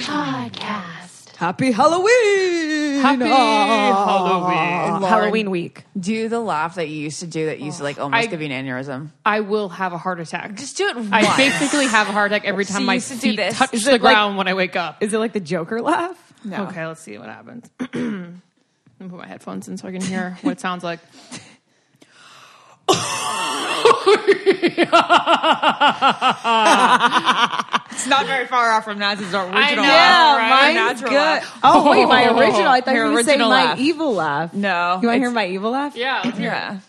Podcast. Happy Halloween! Happy Ah, Halloween. Halloween week. Do the laugh that you used to do that used to like almost Oh, I- give you an aneurysm. I will have a heart attack. Just do it once. I basically have a heart attack every time you my used to do feet this. touch Is the ground when I wake up. Is it like the Joker laugh? No. Okay, let's see what happens. I'm gonna put my headphones in so I can hear what it sounds like. It's not very far off from Naz's original. know. Yeah, mine's natural good. laugh. Oh, wait, my original. I thought Your you were saying original my laugh. evil laugh. No, You want to hear it's- my evil laugh? Yeah, let's hear it. Yeah.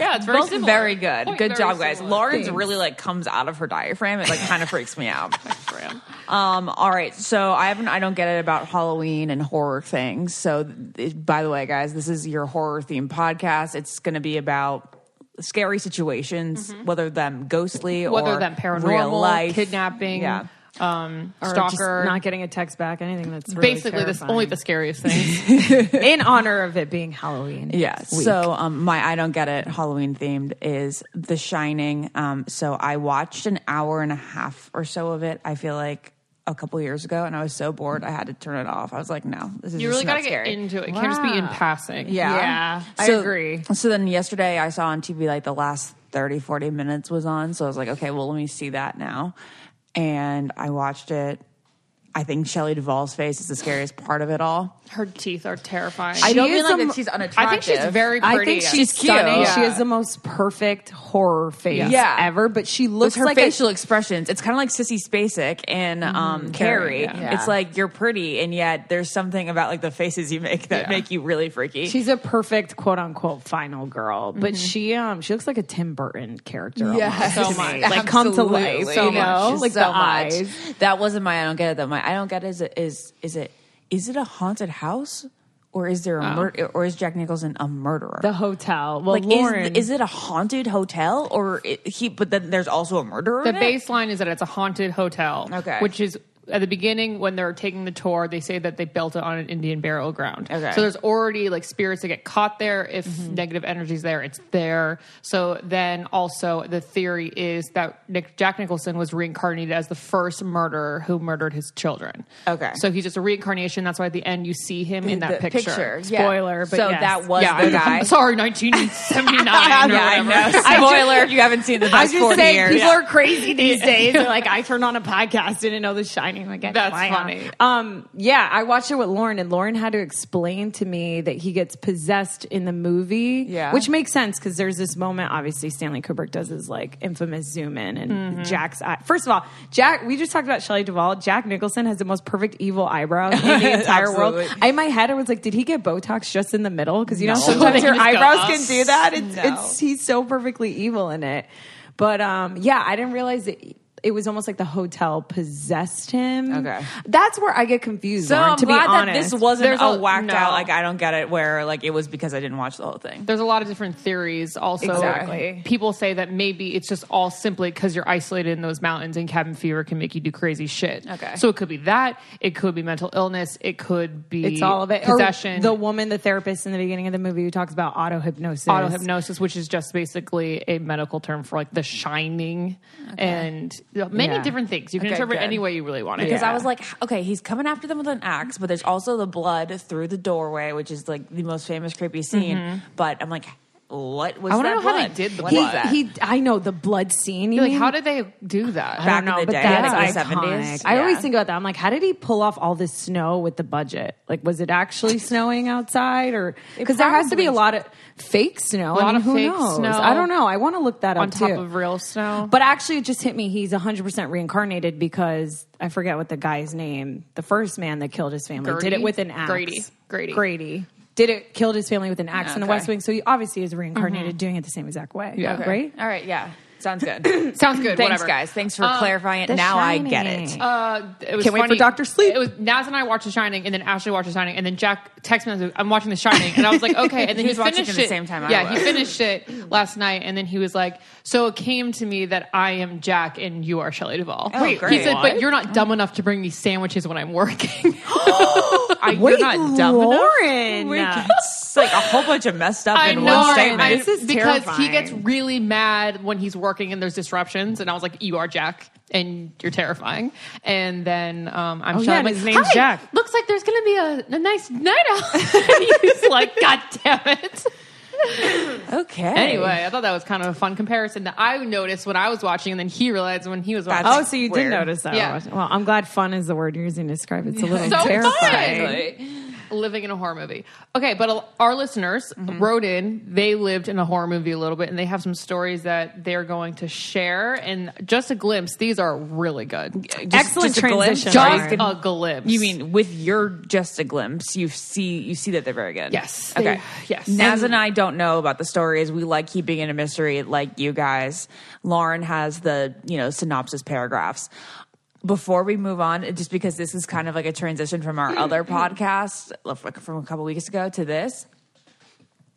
yeah, it's very Both similar. very good. Quite good very job, guys. similar. Lauren's Thanks. really like comes out of her diaphragm. It like kind of freaks me out. Fran. Um, all right, so I haven't. I don't get it about Halloween and horror things. So, it, by the way, guys, this is your horror themed podcast. It's going to be about scary situations, whether them ghostly Mm-hmm. Whether or them paranormal, real life kidnapping, Yeah. um, Or just stalker. not getting a text back, anything that's really Basically, this terrifying. only the scariest thing. in honor of it being Halloween. Yeah. week. So um, my I don't get it Halloween themed is The Shining. Um, so I watched an hour and a half or so of it. I feel like a couple years ago, and I was so bored I had to turn it off. I was like, no, this is you just really not gotta scary. get into it. It can't just be in Wow. passing. Yeah. Yeah, I agree. So then yesterday I saw on TV like the last 30, 40 minutes was on. So I was like, okay, well, let me see that now. And I watched it. I think Shelley Duvall's face is the scariest part of it all. her teeth are terrifying. I don't She mean is like a that she's unattractive. I think she's very pretty. I think she's, She's cute. stunning. Yeah. She has the most perfect horror face Yeah. ever, but she It's looks her like a facial expressions. It's kind of like Sissy Spacek and Mm-hmm. um, Carrie. Carrie, yeah. It's like you're pretty, and yet there's something about like the faces you make that Yeah. make you really freaky. She's a perfect quote unquote final girl, but she um she looks like a Tim Burton character. Yeah, so much. like come to life. Absolutely. So you know, Just like so the much. eyes. That wasn't my. I don't get it. Though my I don't get it is is is it is it a haunted house or is there a murder or is Jack Nicholson a murderer? Oh. The hotel. Well, like Lauren is, is it a haunted hotel or it, he? But then there's also a murderer. the in it? baseline is that it's a haunted hotel. Okay. Which is at the beginning when they're taking the tour, they say that they built it on an Indian burial ground. Okay. Mm-hmm. So there's already like spirits that get caught there. If negative energy's there, it's there. So then also the theory is that Nick, Jack Nicholson was reincarnated as the first murderer who murdered his children. Okay. So he's just a reincarnation. That's why at the end you see him in that The picture. yeah. Spoiler, but so yes. that was Yeah, the I'm, guy. I'm sorry, 1979 or Yeah, I whatever. know. Spoiler, if you haven't seen the I past was just 40 saying, years. people are crazy these days. They're like, I turned on a podcast, didn't know The Shining. Like, I That's why not? funny. Um, yeah, I watched it with Lauren, and Lauren had to explain to me that he gets possessed in the movie. Yeah. which makes sense because there's this moment. Obviously, Stanley Kubrick does his like infamous zoom in, and Jack's eye. First of all, Jack. We just talked about Shelley Duvall. Jack Nicholson has the most perfect evil eyebrows in the entire world. Absolutely. I, in my head, I was like, did he get Botox just in the middle? Because you know, No. sometimes They your just go eyebrows up. can do that. It's, No. it's he's so perfectly evil in it. But um, yeah, I didn't realize that it was almost like the hotel possessed him. Okay. that's where I get confused. So Lauren, I'm to be glad that honest, this wasn't There's a, a- whacked no. out, like, I don't get it, where, like, it was because I didn't watch the whole thing. there's a lot of different theories also Exactly. people say that maybe it's just all simply because you're isolated in those mountains and cabin fever can make you do crazy shit Okay. so it could be that it could be mental illness it could be It's all of it. Or possession the woman, the therapist in the beginning of the movie, who talks about auto hypnosis. auto hypnosis which is just basically a medical term for like the shining and many Yeah. different things you can Okay, interpret good. any way you really want it Because I was like, okay, he's coming after them with an axe, but there's also the blood through the doorway, which is, like, the most famous creepy scene. But I'm like, what was I that wanna know how blood? they did the What blood. was that? He, I know the blood scene. You like mean? how did they do that I don't back know, in but the day, that's like the iconic. 70s. I always Yeah. think about that. I'm like, how did he pull off all this snow with the budget? Like, was it actually snowing outside, or because there has to be a lot of fake snow? A lot I mean, of who fake knows? snow I don't know. I want to look that on up top too. of real snow but actually, it just hit me. He's 100% reincarnated because I forget what the guy's name, the first man that killed his family, did Gertie? it with an axe. Grady. Grady. Grady. Did it killed his family with an axe in the Okay. West Wing? So he obviously is reincarnated, doing it the same exact way. Mm-hmm. Yeah. Okay. Right. All right, yeah. Sounds good. Sounds good. Thanks, whatever. guys. Thanks for clarifying it. Now I get it. Shining. Uh, it was Can't wait for funny. Dr. Sleep. It was Naz and I watched The Shining, and then Ashley watched The Shining, and then Jack texted me, "I'm watching The Shining," and I was like, "Okay." And then He he, was watching finished it at the it. same time I Yeah, was. he finished it last night, and then he was like, "So it came to me that I am Jack and you are Shelley Duvall." Wait, he Oh, great. said, What? "But you're not dumb enough to bring me sandwiches when I'm working." I, Wait, you're not dumb enough. Lauren. Wait, It's like a whole bunch of messed up I in know, one right? statement. I- This is because he terrifying. gets really mad when he's working and there's disruptions, and I was like, "You are Jack." And you're terrifying. And then um, I'm oh, yeah, and his name's Jack. Looks like there's going to be a, a nice night out. and he's like, God damn it. okay. Anyway, I thought that was kind of a fun comparison that I noticed when I was watching, and then he realized when he was watching. Oh, so you Weird. did notice that. Yeah. Well, I'm glad fun is the word you're using to describe. it. It's a little so terrifying. fun. Living in a horror movie. Okay, but a- our listeners wrote in. They lived in a horror movie a little bit, and they have some stories that they're going to share. And just a glimpse; these are really good. Excellent just a glimpse. transition. Just Just Lauren. a glimpse. You mean with your just a glimpse, you see you see that they're very good. Yes. Okay. They- yes. Naz and I don't know about the stories. We like keeping it a mystery, like you guys. Lauren has the you know synopsis paragraphs. Before we move on, just because this is kind of like a transition from our other podcast like, from a couple weeks ago to this,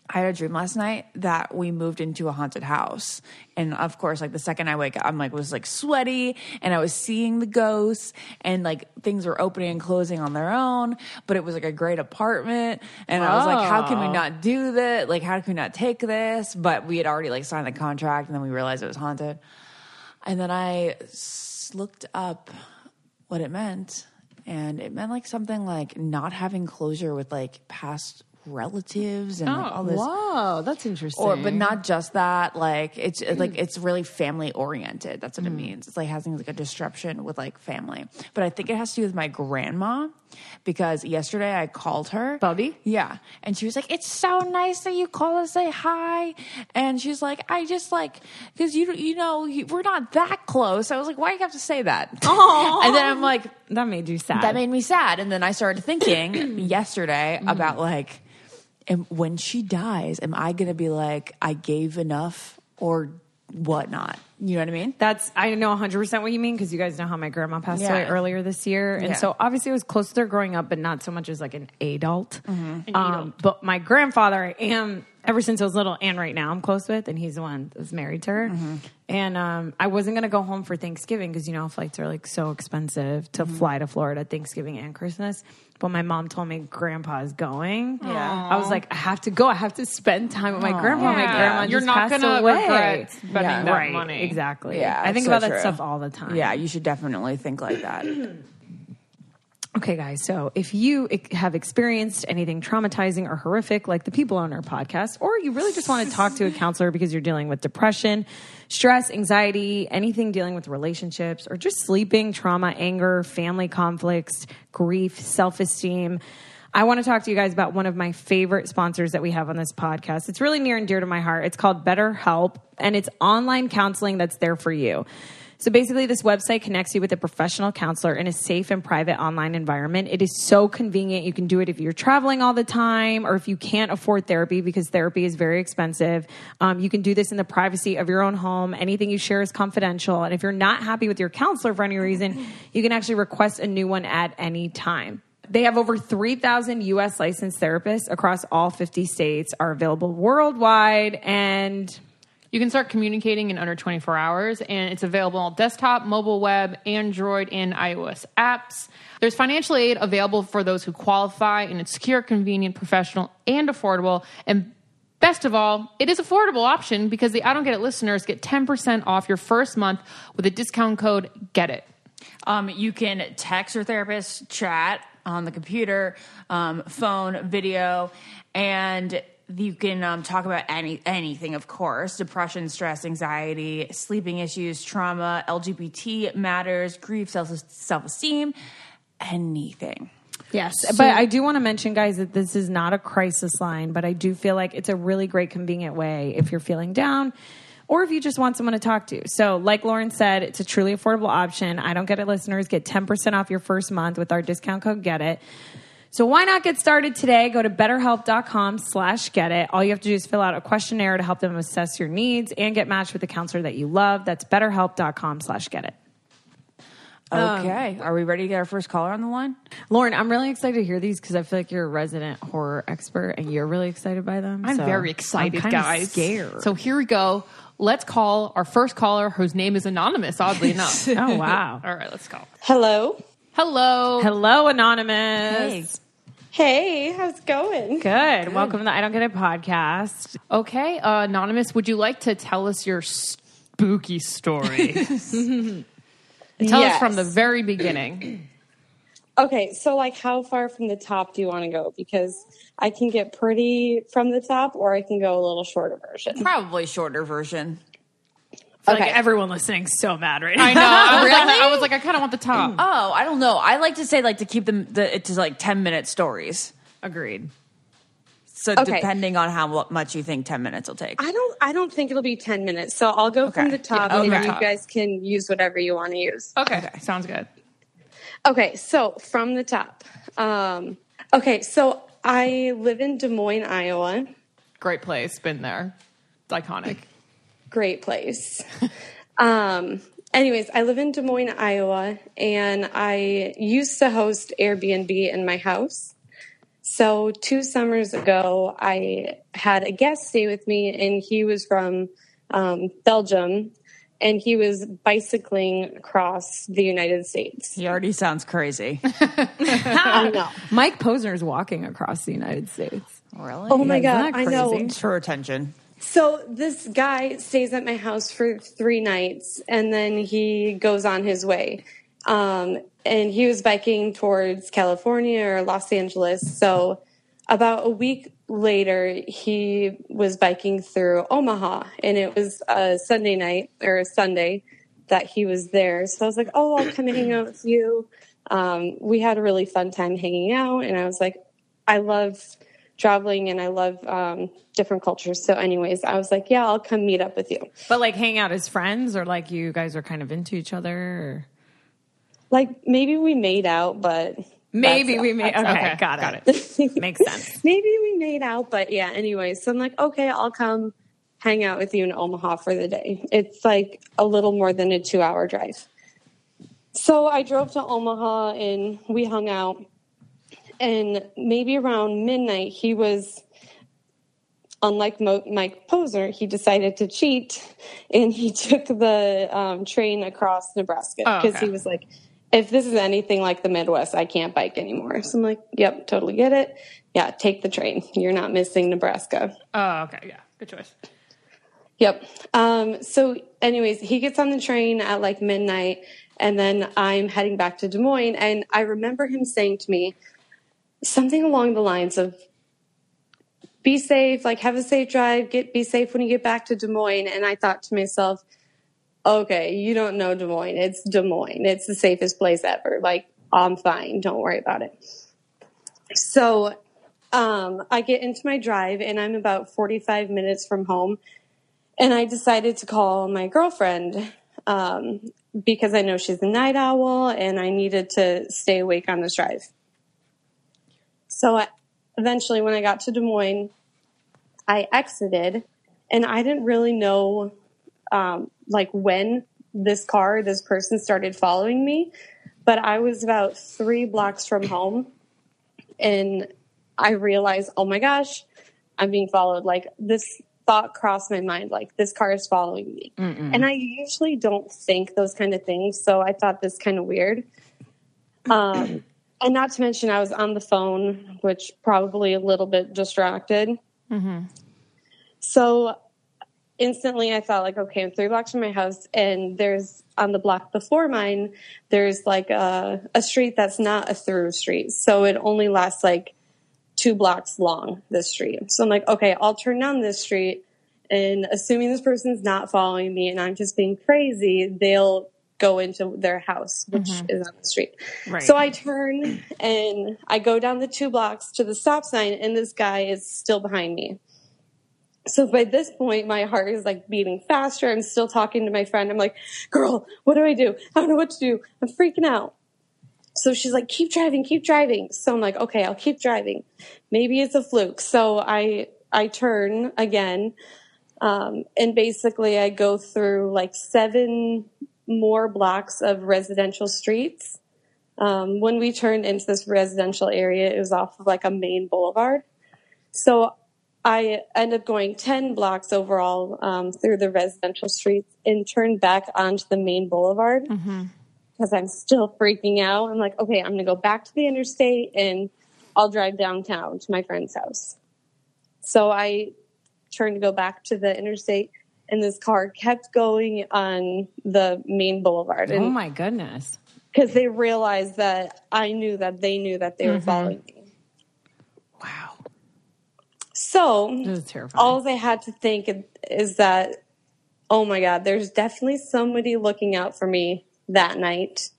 I had a dream last night that we moved into a haunted house. And of course, like the second I wake up, I'm like, was like sweaty and I was seeing the ghosts and like things were opening and closing on their own. But it was like a great apartment. And I was like, how can we not do that? Like, how can we not take this? But we had already like signed the contract and then we realized it was haunted. And then I s- looked up what it meant. And it meant like something like not having closure with like past relatives and like all this Oh, Wow, that's interesting. Mm. or but not just that like it's it's, like it's really family oriented that's what it means it's like having like a disruption with like family but i think it has to do with my grandma because yesterday i called her Bubby? yeah and she was like it's so nice that you call and say hi and she's like i just like because you you know you, we're not that close i was like why do you have to say that and then i'm like That made you sad. that made me sad. And then I started thinking yesterday about like, am, when she dies, am I going to be like, I gave enough or whatnot? You know what I mean? That's I know 100 percent what you mean because you guys know how my grandma passed Yeah. away earlier this year, and Yeah. so obviously I was close to her growing up, but not so much as like an adult. Mm-hmm. Um, but my grandfather, I am ever since I was little, and right now I'm close with, and he's the one that's married to her. Mm-hmm. And um, I wasn't gonna go home for Thanksgiving because you know flights are like so expensive Mm-hmm. to fly to Florida Thanksgiving and Christmas. But my mom told me grandpa's going. Yeah. I was like, I have to go. I have to spend time with my grandma. My Yeah. grandma You're just not passed gonna away. regret spending Yeah. that right, money. Exactly. Yeah, I think so about that true. stuff all the time. Yeah, you should definitely think like that. Okay, guys. So if you ex- have experienced anything traumatizing or horrific, like the people on our podcast, or you really just want to talk to a counselor because you're dealing with depression, stress, anxiety, anything dealing with relationships, or just sleeping, trauma, anger, family conflicts, grief, self esteem. I want to talk to you guys about one of my favorite sponsors that we have on this podcast. It's really near and dear to my heart. It's called BetterHelp, and it's online counseling that's there for you. So basically, this website connects you with a professional counselor in a safe and private online environment. It is so convenient. You can do it if you're traveling all the time or if you can't afford therapy because therapy is very expensive. Um, you can do this in the privacy of your own home. Anything you share is confidential. And if you're not happy with your counselor for any reason, you can actually request a new one at any time. They have over 3,000 US licensed therapists across all 50 states, are available worldwide, and You can start communicating in under 24 hours, and it's available on desktop, mobile web, Android, and iOS apps. There's financial aid available for those who qualify, and it's secure, convenient, professional, and affordable. And best of all, it is affordable option because the I Don't Get It listeners get 10% off your first month with a discount code GET IT. Um, you can text your therapist, chat on the computer, um, phone, video, and you can um, talk about any anything, of course: depression, stress, anxiety, sleeping issues, trauma, LGBT matters, grief, self self esteem, anything. Yes, but I do want to mention, guys, that this is not a crisis line, but I do feel like it's a really great, convenient way if you're feeling down or if you just want someone to talk to. So, like Lauren said, it's a truly affordable option. I don't get it, listeners. Get 10% off your first month with our discount code GET IT. So why not get started today? Go to betterhelp.com slash get it. All you have to do is fill out a questionnaire to help them assess your needs and get matched with a counselor that you love. That's betterhelp.com slash get it. Okay. Are we ready to get our first caller on the line? Lauren, I'm really excited to hear these because I feel like you're a resident horror expert and you're really excited by them. I'm so very excited, I'm kinda guys. Scared. So here we go. Let's call our first caller, whose name is anonymous, oddly enough. oh wow. All right, let's call. Hello. Hello. Hello, uh, anonymous. Hey, how's it going? Good. Welcome to the I Don't Get It podcast. Okay, uh, anonymous. Would you like to tell us your spooky story? tell us from the Yes. very beginning. Okay, so like how far from the top do you want to go? Because I can get pretty from the top or I can go a little shorter version. Probably shorter version. Okay. everyone listening's so mad right I know. I was, like, I was like, I kind of want the top. Oh, I don't know. I like to say like to keep them the, it to like ten minute stories. Agreed. So Okay. depending on how mu- much you think ten minutes will take. I don't I don't think it'll be 10 minutes. So I'll go from Okay. the top Yeah, and okay. then you guys can use whatever you want to use. Okay. sounds good. Okay, so from the top. Um okay, so I live in Des Moines, Iowa. Great place. Been there. It's iconic. great place. um, anyways, I live in Des Moines, Iowa, and I used to host Airbnb in my house. So, two summers ago, I had a guest stay with me, and he was from um, Belgium, and he was bicycling across the United States. He already sounds crazy. I Ah! know. Mike Posner's walking across the United States. really? Oh my Yeah, God, I isn't that know. crazy? It's her attention. So this guy stays at my house for three nights and then he goes on his way. Um, and he was biking towards California or Los Angeles. So about a week later, he was biking through Omaha and it was a Sunday night or a Sunday that he was there. So I was like, oh, I'll come hang out with you. Um, we had a really fun time hanging out. And I was like, I love traveling and I love um, different cultures. So, anyways, I was like, yeah, I'll come meet up with you. But like hang out as friends or like you guys are kind of into each other or Like, maybe we made out, but maybe that's- we may okay, okay, got, got it. Makes sense. maybe we made out, but yeah, anyways. So I'm like, okay, I'll come hang out with you in Omaha for the day. It's like a little more than a two hour drive. So I drove to Omaha and we hung out. And maybe around midnight, he was, unlike Mo- Mike Poser, he decided to cheat and he took the um, train across Nebraska Oh, because okay. he was like, if this is anything like the Midwest, I can't bike anymore. So I'm like, yep, totally get it. Yeah, take the train. You're not missing Nebraska. Oh, okay. Yeah. Good choice. Yep. Um, so, anyways, he gets on the train at like midnight, and then I'm heading back to Des Moines. And I remember him saying to me something along the lines of, be safe, like have a safe drive, get be safe when you get back to Des Moines. And I thought to myself, okay, you don't know Des Moines. It's Des Moines. It's the safest place ever. Like, I'm fine. Don't worry about it. So um, I get into my drive and I'm about 45 minutes from home. And I decided to call my girlfriend um, because I know she's a night owl and I needed to stay awake on this drive. So I, eventually, when I got to Des Moines, I exited and I didn't really know um, like when this car, this person started following me, but I was about three blocks from home and I realized, oh my gosh, I'm being followed. Like this thought crossed my mind, like this car is following me. And I usually don't think those kind of things, so I thought this kind of weird. Um, and not to mention, I was on the phone, which probably a little bit distracted. So instantly I thought like, okay, I'm three blocks from my house and there's on the block before mine, there's like a, a street that's not a through street. So it only lasts like two blocks long, this street. So I'm like, okay, I'll turn down this street and assuming this person's not following me and I'm just being crazy, they'll go into their house, which is on the street. Right. So I turn and I go down the two blocks to the stop sign and this guy is still behind me. So by this point, my heart is like beating faster. I'm still talking to my friend. I'm like, girl, what do I do? I don't know what to do. I'm freaking out. So she's like, keep driving, keep driving. So I'm like, okay, I'll keep driving. Maybe it's a fluke. So I I turn again, um, and basically I go through like seven more blocks of residential streets. Um, when we turned into this residential area, it was off of like a main boulevard. So I end up going 10 blocks overall um, through the residential streets and turned back onto the main boulevard because I'm still freaking out. I'm like, okay, I'm going to go back to the interstate and I'll drive downtown to my friend's house. So I turned to go back to the interstate and this car kept going on the main boulevard. Oh And my goodness. because they realized that I knew that they knew that they were following me. Wow. That So was terrifying. all they had to think is that, oh my God, there's definitely somebody looking out for me that night.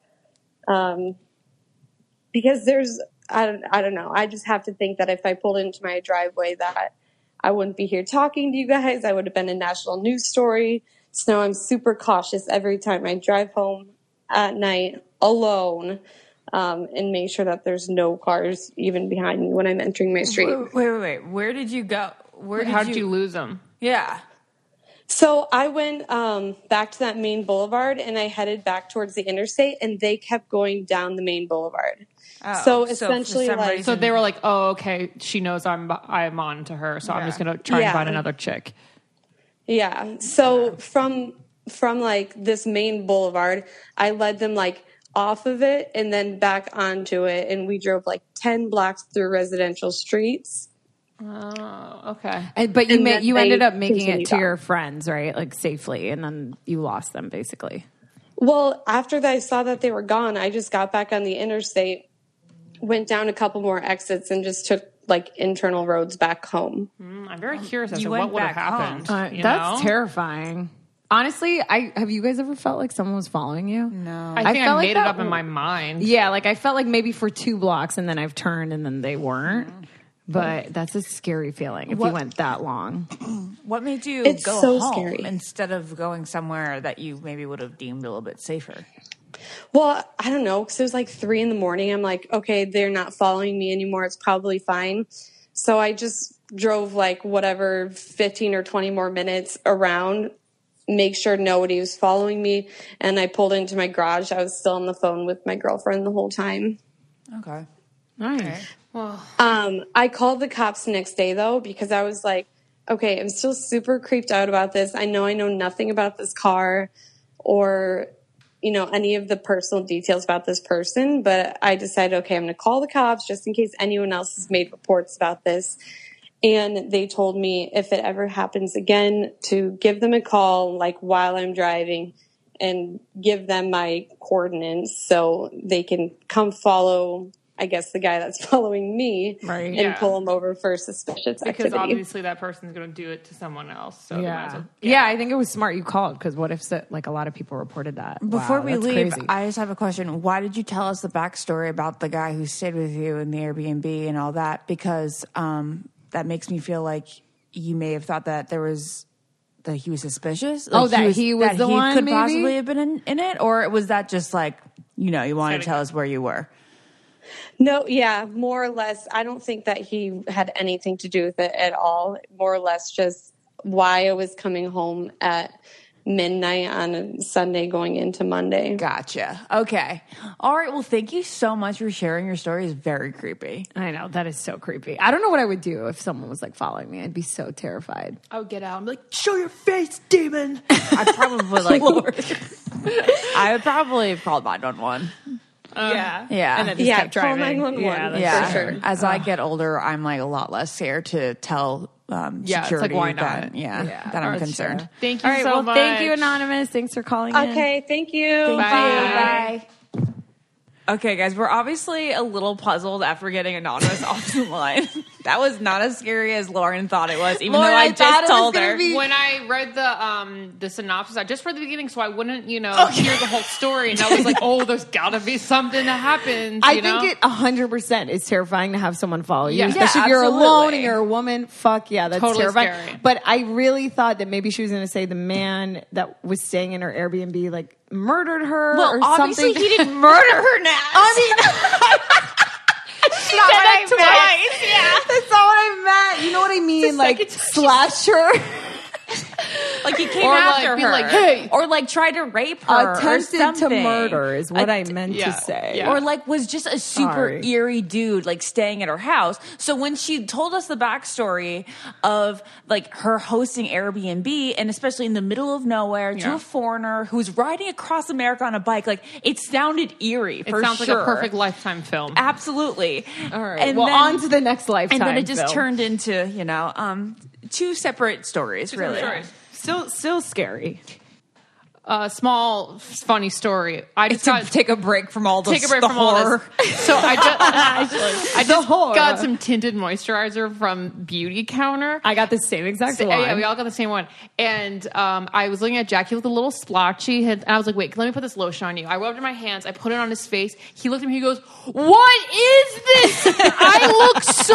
Um, because there's, I don't, I don't know. I just have to think that if I pulled into my driveway that I wouldn't be here talking to you guys. I would have been a national news story. So now I'm super cautious every time I drive home at night alone. Um, and make sure that there's no cars even behind me when I'm entering my street. Wait, wait, wait, wait. Where did you go? Where did How you, did you lose them? Yeah. So I went um, back to that main boulevard and I headed back towards the interstate, and they kept going down the main boulevard. Oh, so so for essentially, some like, reason- So they were like, "Oh, okay, she knows I'm I'm on to her, so I'm just gonna try Yeah. and find another chick." yeah. So from from like this main boulevard, I led them like off of it and then back onto it, and we drove like ten blocks through residential streets. Oh, okay. And- but you And ma- then you they ended up making it continued to on. your friends, right? Like safely, and then you lost them basically. Well, after that, I saw that they were gone. I just got back on the interstate, went down a couple more exits, and just took like internal roads back home. Mm, I'm very curious as you to went what would have back home. happened. Uh, you that's know? terrifying. Honestly, I have you guys ever felt like someone was following you? No. I think I, felt like made that it up in my mind. Yeah, like I felt like maybe for two blocks and then I've turned and then they weren't. But that's a scary feeling if What- you went that long. What made you It's go so home scary. instead of going somewhere that you maybe would have deemed a little bit safer? Well, I don't know because it was like three in the morning. I'm like, okay, they're not following me anymore. It's probably fine. So I just drove like whatever 15 or 20 more minutes around, make sure nobody was following me. And I pulled into my garage. I was still on the phone with my girlfriend the whole time. Okay. Nice. Um, I called the cops the next day though because I was like, okay, I'm still super creeped out about this. I know I know nothing about this car or you know any of the personal details about this person, but I decided okay, I'm going to call the cops just in case anyone else has made reports about this. And they told me if it ever happens again to give them a call like while I'm driving and give them my coordinates so they can come follow I guess the guy that's following me Right. and Yeah. pull him over for suspicious Because activity. obviously that person's going to do it to someone else. So they might as Yeah. well get yeah, it. I think it was smart you called because what if so, like a lot of people reported that. Before Wow, we that's leave, crazy. I just have a question. Why did you tell us the backstory about the guy who stayed with you in the Airbnb and all that? Because um, that makes me feel like you may have thought that there was that he was suspicious. Like, Oh, that he was the one, could maybe? possibly have been in, in it, or was that just like you know you wanted to tell us where you were? no, yeah, more or less. I don't think that he had anything to do with it at all. More or less just why I was coming home at midnight on a Sunday going into Monday. Gotcha. Okay. All right. Well, thank you so much for sharing your story. It's very creepy. I know that is so creepy. I don't know what I would do if someone was like following me. I'd be so terrified. I would get out and be like, show your face, demon. I probably like. I would probably have called nine one one. yeah, Uh, yeah. And then just Yeah, kept call driving. 911 Yeah, that's Yeah. for sure. As I get older, I'm like a lot less scared to tell um, Yeah, it's like, security why not? that yeah, oh, Yeah, that I'm that's concerned. true. Thank you All right. so well, thank you, much. anonymous. Thanks for calling. in. Okay, thank you. Bye. Bye. Okay, guys, we're obviously a little puzzled after getting anonymous off the line. That was not as scary as Lauren thought it was, even Lauren, though I, I just thought it was told gonna her. be- When I read the um the synopsis, I just read the beginning, so I wouldn't, you know, Oh, hear the whole story. And I was like, oh, there's got to be something that happens. I you know? think it 100% is terrifying to have someone follow you, Yeah. especially Yeah, if you're alone absolutely. and you're a woman. Fuck yeah, that's Totally terrifying. scary. But I really thought that maybe she was going to say the man that was staying in her Airbnb like murdered her Well, or obviously something. he didn't murder her now. not what I meant. That's not what I meant. You know what I mean? Like slasher. Like he came Or, like, after be her, like, "Hey." or like tried to rape her, or Attempted to something. murder is what I meant yeah, to say. yeah. or like was just a super Sorry. eerie dude like staying at her house so when she told us the backstory of like her hosting airbnb and especially in the middle of nowhere to Yeah. a foreigner who's riding across america on a bike like it sounded eerie It for sounds sure. like a perfect lifetime film. absolutely All right. well, on to the next lifetime. and then it just Phil. turned into you know um two separate stories really Sorry. still still scary. A small f- funny story. I just got take a break from all the take a break from all this. So I just, I just horror. got some tinted moisturizer from Beauty Counter. I got the same exact one. Yeah, yeah, we all got the same one. And um, I was looking at Jack. He looked a little splotchy. And I was like, wait, let me put this lotion on you. I rubbed it in my hands. I put it on his face. He looked at me. He goes, what is this? I look so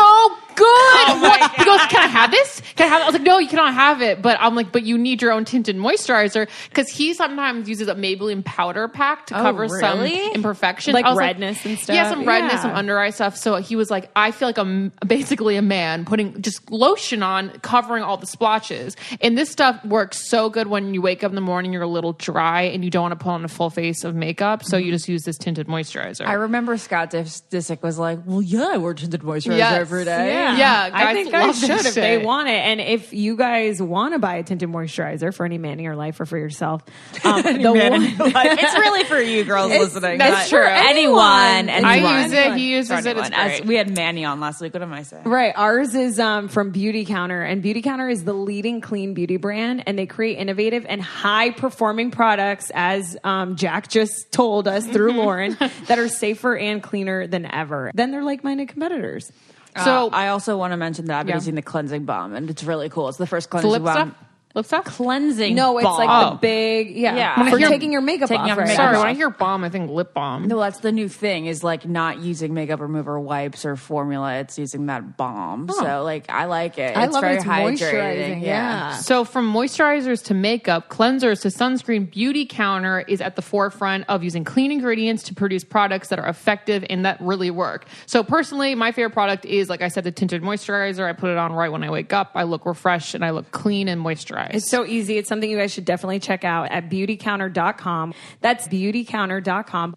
good. Oh What- He goes, can I have this? Can I have it? I was like, no, you cannot have it. But I'm like, but you need your own tinted moisturizer because he sometimes uses a Maybelline powder pack to cover really? some imperfections. Oh, Like I was redness and stuff? Yeah, some redness, Yeah. some under eye stuff. So he was like, I feel like I'm basically a man putting just lotion on, covering all the splotches. And this stuff works so good when you wake up in the morning, you're a little dry and you don't want to put on a full face of makeup. So you just use this tinted moisturizer. I remember Scott Dis- Disick was like, "Well, yeah, I wear tinted moisturizer Yes. every day." Yeah. guys I think guys love should this if they shit. want it. And if you guys want to buy a tinted moisturizer for any man in your life or for yourself, um, the one Like, it's really for you girls listening. that's not true. Anyone, I anyone. I use it. He uses it. It's As great. we had Manny on last week. What am I saying? Right. Ours is um, from Beauty Counter, and Beauty Counter is the leading clean beauty brand, and they create innovative and high performing products, as um, Jack just told us through Lauren, that are safer and cleaner than ever. Then they're like minded competitors. so I also want to mention that I've been Yeah. using the cleansing balm, and it's really cool. It's the first the cleansing lip balm. stuff? Lip stuff? Cleansing. No, it's like balm. the big, yeah, Yeah. When I for hear- taking your makeup taking off. off right? makeup. Sorry, when I hear bomb, I think lip balm. No, that's the new thing is like not using makeup remover wipes or formula. It's using that balm. So like I like it. I it's love very it. It's hydrating. moisturizing. Yeah. So, from moisturizers to makeup, cleansers to sunscreen, Beauty Counter is at the forefront of using clean ingredients to produce products that are effective and that really work. So, personally, my favorite product is, like I said, the tinted moisturizer. I put it on right when I wake up. I look refreshed and I look clean and moisturized. It's so easy. It's something you guys should definitely check out at beautycounter.com. That's beautycounter.com.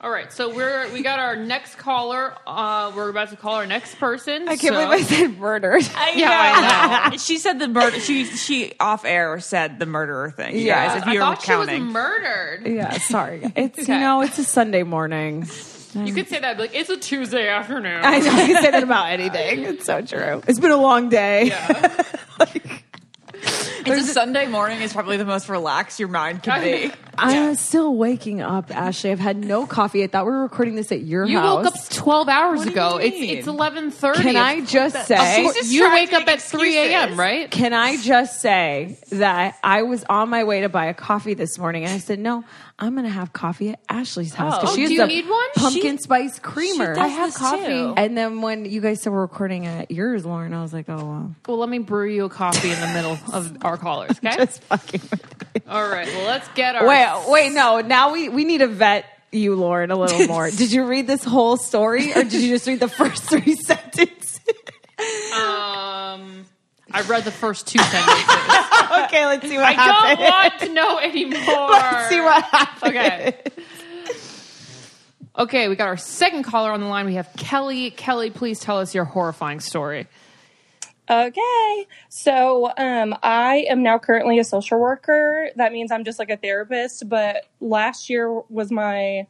All right, so we're we got our next caller. Uh, we're about to call our next person. I can't believe I said murdered. Yeah, I know. she said the murder. She she off air said the murderer thing. You Yeah. guys, if I you're thought counting, she was murdered. yeah, sorry. It's Okay. you know, it's a Sunday morning. You could say that, like it's a Tuesday afternoon. I know I say that about anything. It's so true. It's been a long day. It's a Sunday morning is probably the most relaxed your mind can be. I'm still waking up, Ashley. I've had no coffee. I thought we were recording this at your You house. woke up 12 hours What do you ago. It's mean? it's 11:30. Can I Of just say? course, just you trying wake to up make at 3 a.m., excuses. right? Can I just say that I was on my way to buy a coffee this morning and I said, no, I'm going to have coffee at Ashley's house. 'cause Oh, she has do you the need one? Pumpkin She- spice creamer. does I have this coffee. too. And then when you guys said we're recording at yours, Lauren, I was like, oh, wow. Well, let me brew you a coffee in the middle of our callers, okay? Just fucking. All right. Well, let's get our Wait, wait, no. Now we, we need to vet you, Lauren, a little more. did you read this whole story or did you just read the first three sentences? um I read the first two sentences. okay, let's see what I don't want to know anymore. Let's see what happens. Okay. Okay, we got our second caller on the line. We have Kelly. Kelly, please tell us your horrifying story. Okay. So um, I am now currently a social worker. That means I'm just like a therapist, but last year was my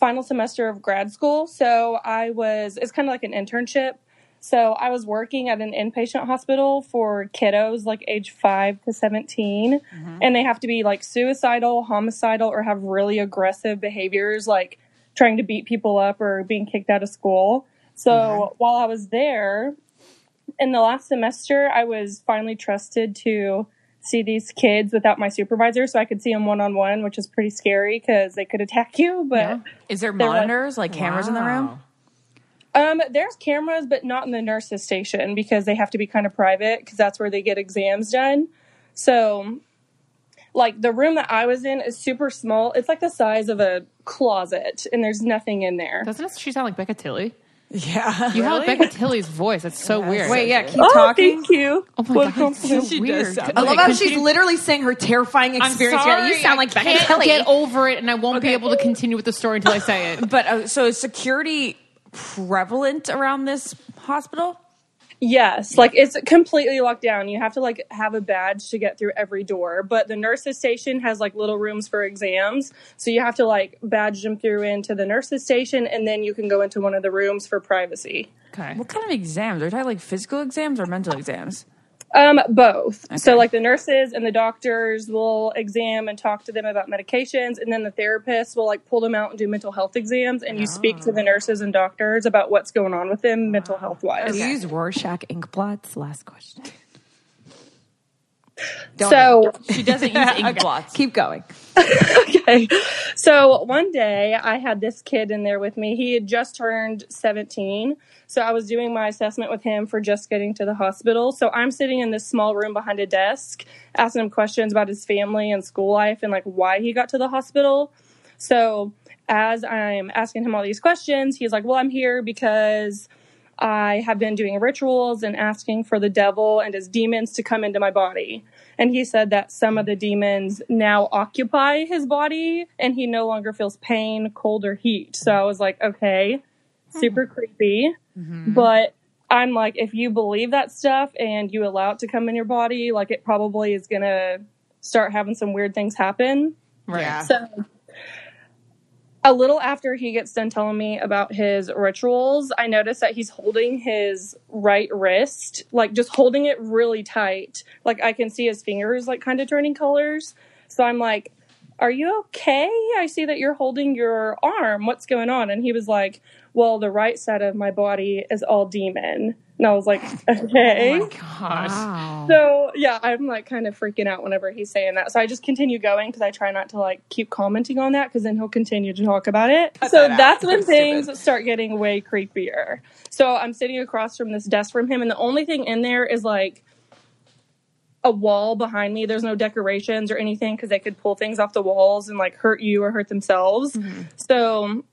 final semester of grad school. So I was, it's kind of like an internship. So I was working at an inpatient hospital for kiddos like age 5 to 17. And they have to be like suicidal, homicidal, or have really aggressive behaviors like trying to beat people up or being kicked out of school. So while I was there, in the last semester, I was finally trusted to see these kids without my supervisor, so I could see them one on one, which is pretty scary because they could attack you. But Is there like- monitors, like cameras in the room? um, there's cameras, but not in the nurses' station because they have to be kind of private because that's where they get exams done. So like the room that I was in is super small. It's like the size of a closet, and there's nothing in there. Doesn't she sound like Becca Tilly? Yeah. You have like Becca Tilly's voice. That's so weird. Wait, yeah, keep oh, talking. thank you. Oh my What a god, it's so compliment. weird. does sound I love Okay, how continue. she's literally saying her terrifying I'm experience. sorry, Yeah, you sound I like Becca can't Kelly. Get over it, and I won't be able to continue with the story until I say it. But uh, so is security prevalent around this hospital? Yes, like it's completely locked down. You have to like have a badge to get through every door. But the nurses station has like little rooms for exams, so you have to like badge them through into the nurses station, and then you can go into one of the rooms for privacy. Okay. What kind of exams? Are you talking like physical exams or mental exams? Um, both. So Okay. like the nurses and the doctors will exam and talk to them about medications, and then the therapists will like pull them out and do mental health exams, and you speak to the nurses and doctors about what's going on with them mental health wise. Do you use Rorschach ink blots? Last question. So She doesn't use ink blots. Keep going. okay. So one day I had this kid in there with me. He had just turned 17. So I was doing my assessment with him for just getting to the hospital. So I'm sitting in this small room behind a desk asking him questions about his family and school life and like why he got to the hospital. So as I'm asking him all these questions, he's like, Well, I'm here because I have been doing rituals and asking for the devil and his demons to come into my body. And he said that some of the demons now occupy his body and he no longer feels pain, cold, or heat. So I was like, okay, super creepy. But I'm like, if you believe that stuff and you allow it to come in your body, like it probably is going to start having some weird things happen. Right. So a little after he gets done telling me about his rituals, I notice that he's holding his right wrist, like just holding it really tight. Like I can see his fingers like kind of turning colors. So I'm like, "Are you okay? I see that you're holding your arm. What's going on?" And he was like, "Well, the right side of my body is all demon." And I was like, "Okay." Oh Gosh. So yeah, I'm like kind of freaking out whenever he's saying that. So I just continue going because I try not to like keep commenting on that because then he'll continue to talk about it. so that's when things start getting way creepier. So I'm sitting across from this desk from him, and the only thing in there is like a wall behind me. There's no decorations or anything because they could pull things off the walls and like hurt you or hurt themselves. So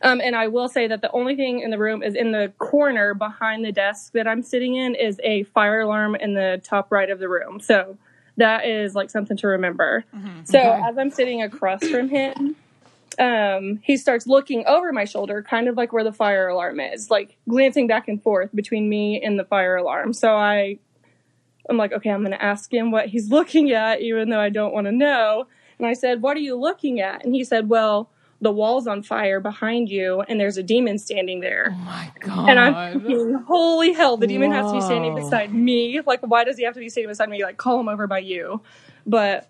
um, and I will say that the only thing in the room is in the corner behind the desk that I'm sitting in is a fire alarm in the top right of the room. So that is like something to remember. So as I'm sitting across from him, um, he starts looking over my shoulder, kind of like where the fire alarm is, like glancing back and forth between me and the fire alarm. So I I'm like, okay, I'm going to ask him what he's looking at, even though I don't want to know. And I said, what are you looking at? And he said, well, the wall's on fire behind you, and there's a demon standing there. Oh my god. and I'm thinking, holy hell, the demon has to be standing beside me. Like, why does he have to be standing beside me? Like, call him over by you. But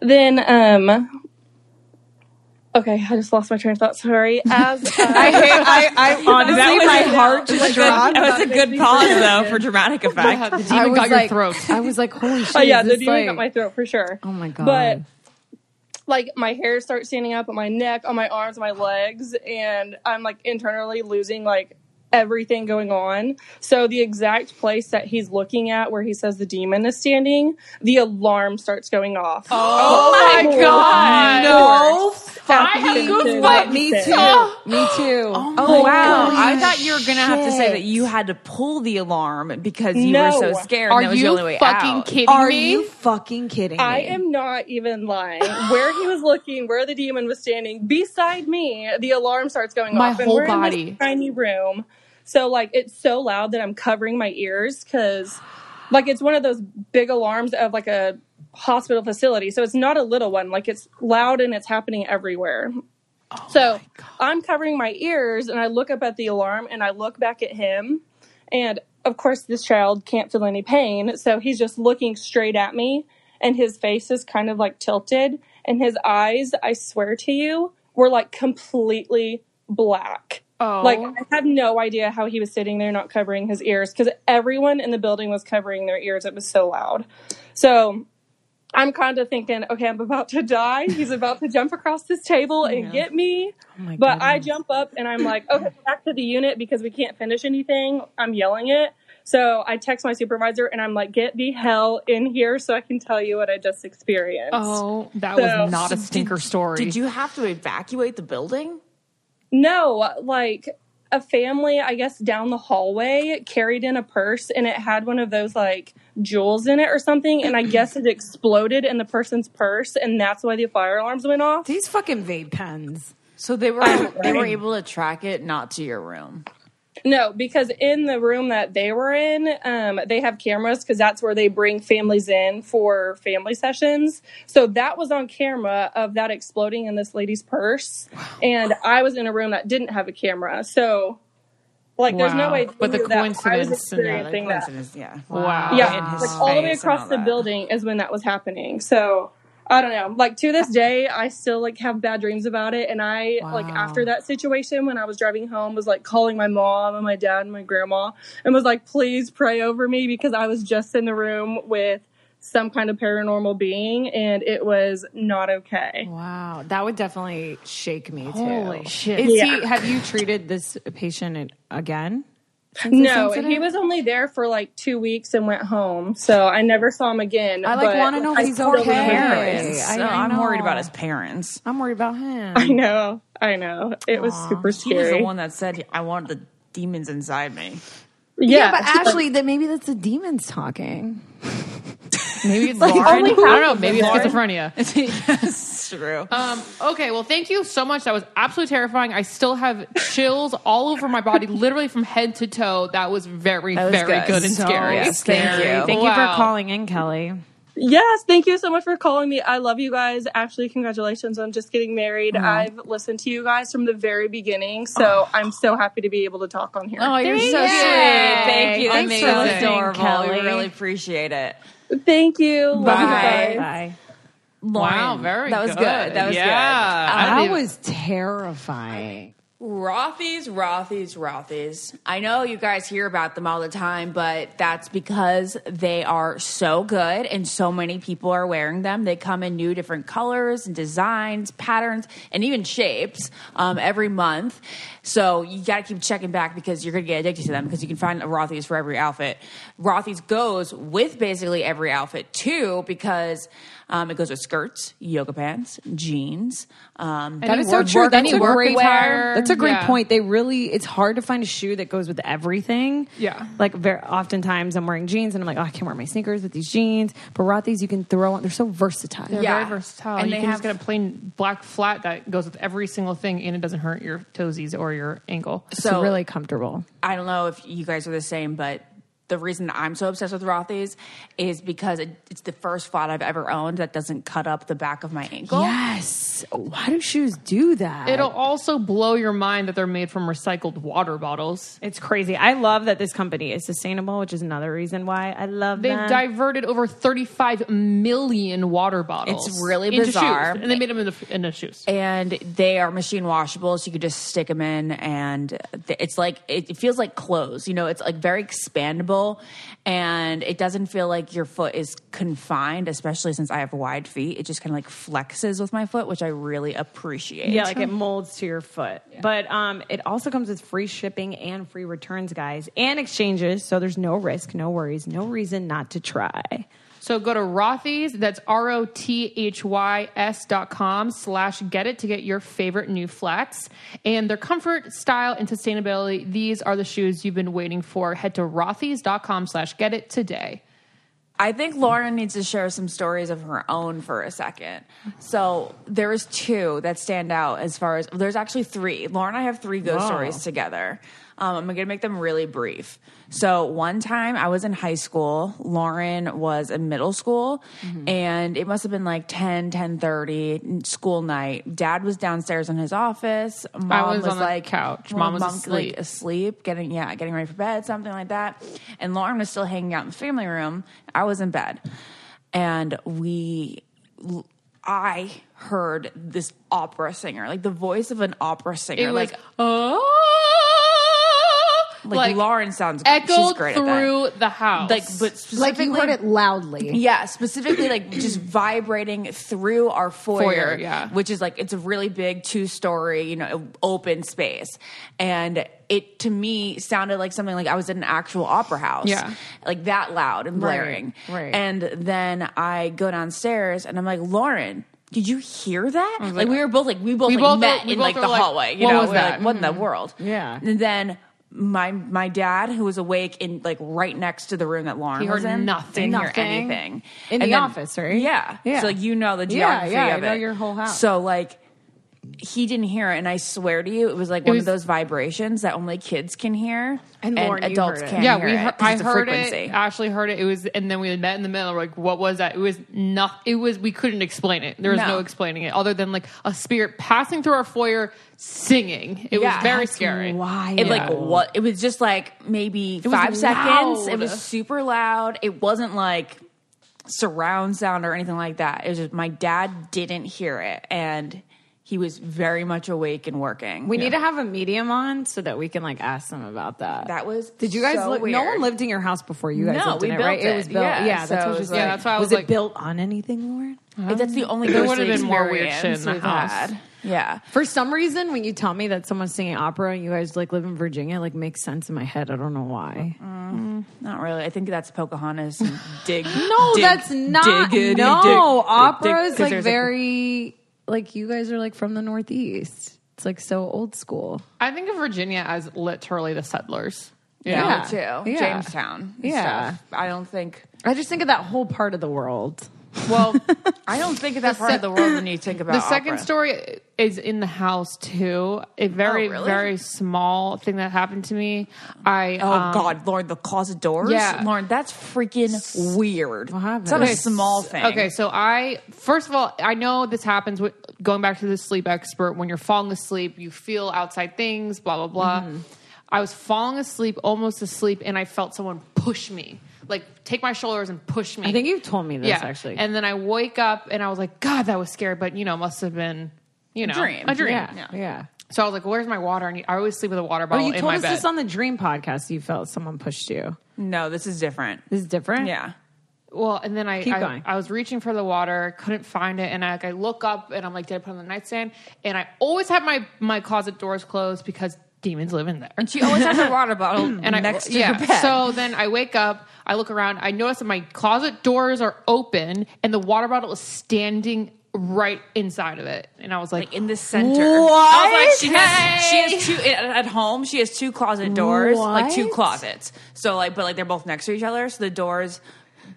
then, um, okay, I just lost my train of thought. Sorry. As I, hate, I, I Oh, honestly, my heart just dropped. That was a good pause though for dramatic God, effect. the demon got your like, throat. I was like, holy shit. Oh yeah, is the this demon like- got my throat for sure. Oh my God. But like my hair starts standing up on my neck, on my arms, my legs, and I'm like internally losing like everything going on. So the exact place that he's looking at where he says the demon is standing, the alarm starts going off. oh my god. no I fucking have goosebumps. way. Me too. Me too. Oh, wow. I gosh. thought you were going to have to say shit. that you had to pull the alarm because you were so No. scared Are and that was you the only way fucking out. kidding Are me? you fucking kidding me? I am not even lying. Where he was looking, where the demon was standing, beside me, the alarm starts going My off. whole we're in this body. tiny room. So like it's so loud that I'm covering my ears because like it's one of those big alarms of like a hospital facility. So it's not a little one. Like it's loud and it's happening everywhere. Oh so I'm covering my ears and I look up at the alarm and I look back at him and of course, this child can't feel any pain, so he's just looking straight at me, and his face is kind of like tilted, and his eyes, I swear to you, were like completely black. Oh. Like, I had no idea how he was sitting there not covering his ears because everyone in the building was covering their ears. It was so loud. So I'm kind of thinking, okay, I'm about to die. He's about to jump across this table and get me. but I jump up and I'm like, okay, back to the unit because we can't finish anything. I'm yelling it. So I text my supervisor and I'm like, get the hell in here so I can tell you what I just experienced. Oh, that So- was not a stinker story. Did you have to evacuate the building? No, like a family, I guess, down the hallway carried in a purse and it had one of those like jewels in it or something. And I guess it exploded in the person's purse and that's why the fire alarms went off. These fucking vape pens. So they were they were able to track it not to your room. No, because in the room that they were in, um, they have cameras because that's where they bring families in for family sessions. So that was on camera of that exploding in this lady's purse. And I was in a room that didn't have a camera. So, like, there's no Wow. way. But the that I was coincidence and the Yeah, the experiencing that. coincidence, yeah. uh, Wow. In Yeah, his like all the way face and across all the that. building is when that was happening. So I don't know. Like to this day, I still like have bad dreams about it. And I like Wow. after that situation, when I was driving home, was like calling my mom and my dad and my grandma, and was like, please pray over me because I was just in the room with some kind of paranormal being, and it was not okay. Wow, that would definitely shake me too. Holy shit. Is he, Yeah. have you treated this patient again? since this No, he incident? was only there for like two weeks and went home, so I never saw him again. I like but want to know if I he's still okay. remember it. Parents. I- No, I I'm worried know. about his parents. I'm worried about him. I know, I know. It was super He scary. was the one that said, "I want the demons inside me." Yeah, Yeah, but so- Ashley, that maybe that's the demons talking. Maybe it's Lauren. only I don't half know. of Maybe it's them, schizophrenia. yes, true. Um, okay, well, thank you so much. That was absolutely terrifying. I still have chills all over my body, literally from head to toe. That was very, That was very good. good, and So scary. yes, thank Scary. you. Thank you Wow. for calling in, Kelly. Yes, thank you so much for calling me. I love you guys. Actually, congratulations on just getting married. I've listened to you guys from the very beginning, so I'm so happy to be able to talk on here. Oh, you're so you. sweet. Thank you. That's Thanks so for listening, adorable. Kelly. We really appreciate it. thank you. Love you Bye. guys. Bye. Wow, Lauren, very That was good. Uh, That was yeah. I That didn't was terrifying. good. Rothies, Rothies, Rothies. I know you guys hear about them all the time, but that's because they are so good and so many people are wearing them. They come in new different colors and designs, patterns, and even shapes um, every month. So you got to keep checking back because you're going to get addicted to them because you can find a Rothy's for every outfit. Rothy's goes with basically every outfit too because um, it goes with skirts, yoga pants, jeans. Um, That Any is so work- true. work- That's any a great workwear. That's a great Yeah. point. They really it's hard to find a shoe that goes with everything. Yeah. Like very oftentimes I'm wearing jeans and I'm like, oh, I can't wear my sneakers with these jeans. But Rothy's you can throw on. They're so versatile. They're Yeah. very versatile. And And you they can just have- get a plain black flat that goes with every single thing, and it doesn't hurt your toesies or your ankle. so, really comfortable. I don't know if you guys are the same, but the reason that I'm so obsessed with Rothy's is because it, it's the first flat I've ever owned that doesn't cut up the back of my ankle. Yes. Why do shoes do that? It'll also blow your mind that they're made from recycled water bottles. It's crazy. I love that this company is sustainable, which is another reason why I love They've them. diverted over 35 million water bottles. It's really into bizarre. Shoes, and they made them in the, in the shoes. And they are machine washable, so you could just stick them in, and th- it's like it it feels like clothes. You know, it's like very expandable, and it doesn't feel like your foot is confined. Especially since I have wide feet, it just kind of like flexes with my foot, which I really appreciate. yeah, like it molds to your foot. But um, it also comes with free shipping and free returns, guys, and exchanges. So there's no risk, no worries, no reason not to try. So go to Rothy's, that's R O T H Y S dot com slash get it to get your favorite new flats. And their comfort, style, and sustainability, these are the shoes you've been waiting for. Head to Rothys.com slash get it today. I think Lauren needs to share some stories of her own for a second. So there is two that stand out as far as there's actually three. Lauren and I have three ghost stories together. Um, I'm gonna make them really brief. So one time I was in high school, Lauren was in middle school, Mm-hmm. and it must have been like 10, 10.30, school night. Dad was downstairs in his office. Mom was on the like couch. well, Mom was like, asleep. asleep, getting yeah, getting ready for bed, something like that. And Lauren was still hanging out in the family room. I was in bed, and we, I heard this opera singer, like the voice of an opera singer, It was, like oh, Like, Like, Lauren sounds she's Echoed great at that. through the house. Like, but Like specifically, you heard it loudly. Yeah, specifically like just vibrating through our foyer, Foyer, yeah. which is like it's a really big two-story, you know, open space. And it to me sounded like something like I was at an actual opera house. Yeah. Like that loud and blaring. right. And then I go downstairs and I'm like, "Lauren, did you hear that?" Like, we were both like we both We like, both met were- we in both like the were like, hallway, you "What know. was We're like, that?" Mm-hmm. what in the world? Yeah. And then my my dad, who was awake in like right next to the room that Lauren He was heard in, nothing. didn't hear Nothing. anything In the office, right? yeah, Yeah. So like you know the Yeah, geography yeah, I of it. know your whole house. So like he didn't hear it, and I swear to you, it was like one of those vibrations that only kids can hear, And Lauren, you adults heard it. can't. yeah, hear we it heard, 'cause I it's a heard frequency. it. Ashley heard it. It was, and then we met in the middle. We're like, what was that? It was not. It was. We couldn't explain it. There was No. no, explaining it other than like a spirit passing through our foyer singing. It Yeah. was very That's scary. Why? It like what? It was just like maybe five seconds. It loud. was super loud. It wasn't like surround sound or anything like that. It was just my dad didn't hear it, and he was very much awake and working. We need to have a medium on so that we can like ask them about that. That was Did you guys? so look, No weird. one lived in your house before you guys No, lived in we it, right? built was it. built. Yeah, Yeah, so that's it what was she's like- Yeah, that's why I was, was it like- built on anything, Lauren? That's the only There ghostly would've been more weird shit in experience the we've house. had. Yeah. For some reason, when you tell me that someone's singing opera and you guys like live in Virginia, it, like makes sense in my head. I don't know why. Not really. I think that's Pocahontas. and dig. No, dig- that's not. diggity no, dig- dig- opera dig- is 'cause like there's a- very like you guys are like from the Northeast. It's like so old school. I think of Virginia as literally the settlers. yeah, Yeah. too. Yeah. Jamestown. and Yeah. stuff. I don't think. I just think of that whole part of the world. Well, I don't think of that part se- of the world when you think about the second opera. story is in the house too. A very Oh, really? very small thing that happened to me. I Oh um, God, Lauren, the closet doors. Yeah. Lauren, that's freaking weird. happened? It's not a Okay, small thing. Okay, so I first of all, I know this happens with going back to the sleep expert. When you're falling asleep, you feel outside things, blah blah blah. Mm-hmm. I was falling asleep, almost asleep, and I felt someone push me, like take my shoulders and push me. I think you've told me this actually. And then I wake up and I was like, God, that was scary, but you know, must have been, you know, dream. a dream. yeah, yeah. So I was like, Where's my water? I need. I always sleep with a water Oh, bottle you in told my us bed. this on the Dream podcast. You felt someone pushed you. No, this is different. This is different. Yeah. Well, and then I Keep I, going. I was reaching for the water, couldn't find it, and I, like, I look up and I'm like, did I put it on the nightstand? And I always have my my closet doors closed because demons live in there. She always has her water bottle And I next to yeah. her bed. So then I wake up, I look around, I notice that my closet doors are open and the water bottle is standing right inside of it, and I was like, like in the center. I was like, she has, she has two at, at home. She has two closet doors, like two What? closets. So like, but like they're both next to each other. So the doors,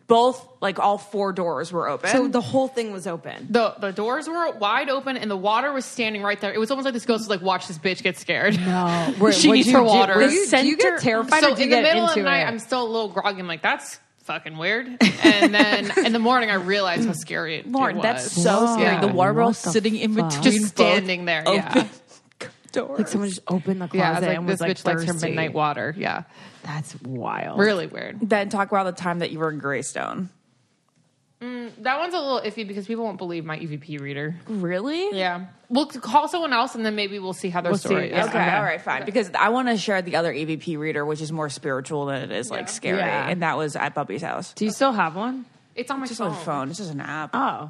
both like all four doors were open. So the whole thing was open. The, the doors were wide open and the water was standing right there. It was almost like this ghost was like, "Watch this bitch get scared." No, she needs her water. Do you, do you get terrified so or do in you the get middle of into the night, it? I'm still a little groggy. I'm like, that's fucking weird. And then in the morning, I realized how scary it, Lauren, it was. that's so Whoa. scary. The Yeah. water bottle What the sitting in fuck? between, just both standing there. Yeah, open doors. like someone just opened the closet yeah. I was like, and this was like, bitch likes her thirsty. midnight water. Yeah, That's wild. really weird. Then talk about the time that you were in Greystone. That one's a little iffy because people won't believe my EVP reader. Really? Yeah, we'll call someone else and then maybe we'll see how their story Okay, is. all right, fine. Because I want to share the other EVP reader, which is more spiritual than it is like scary. Yeah. And that was at Bubby's house. Do you still have one? It's on my Just phone. on your phone. It's just an app. Oh,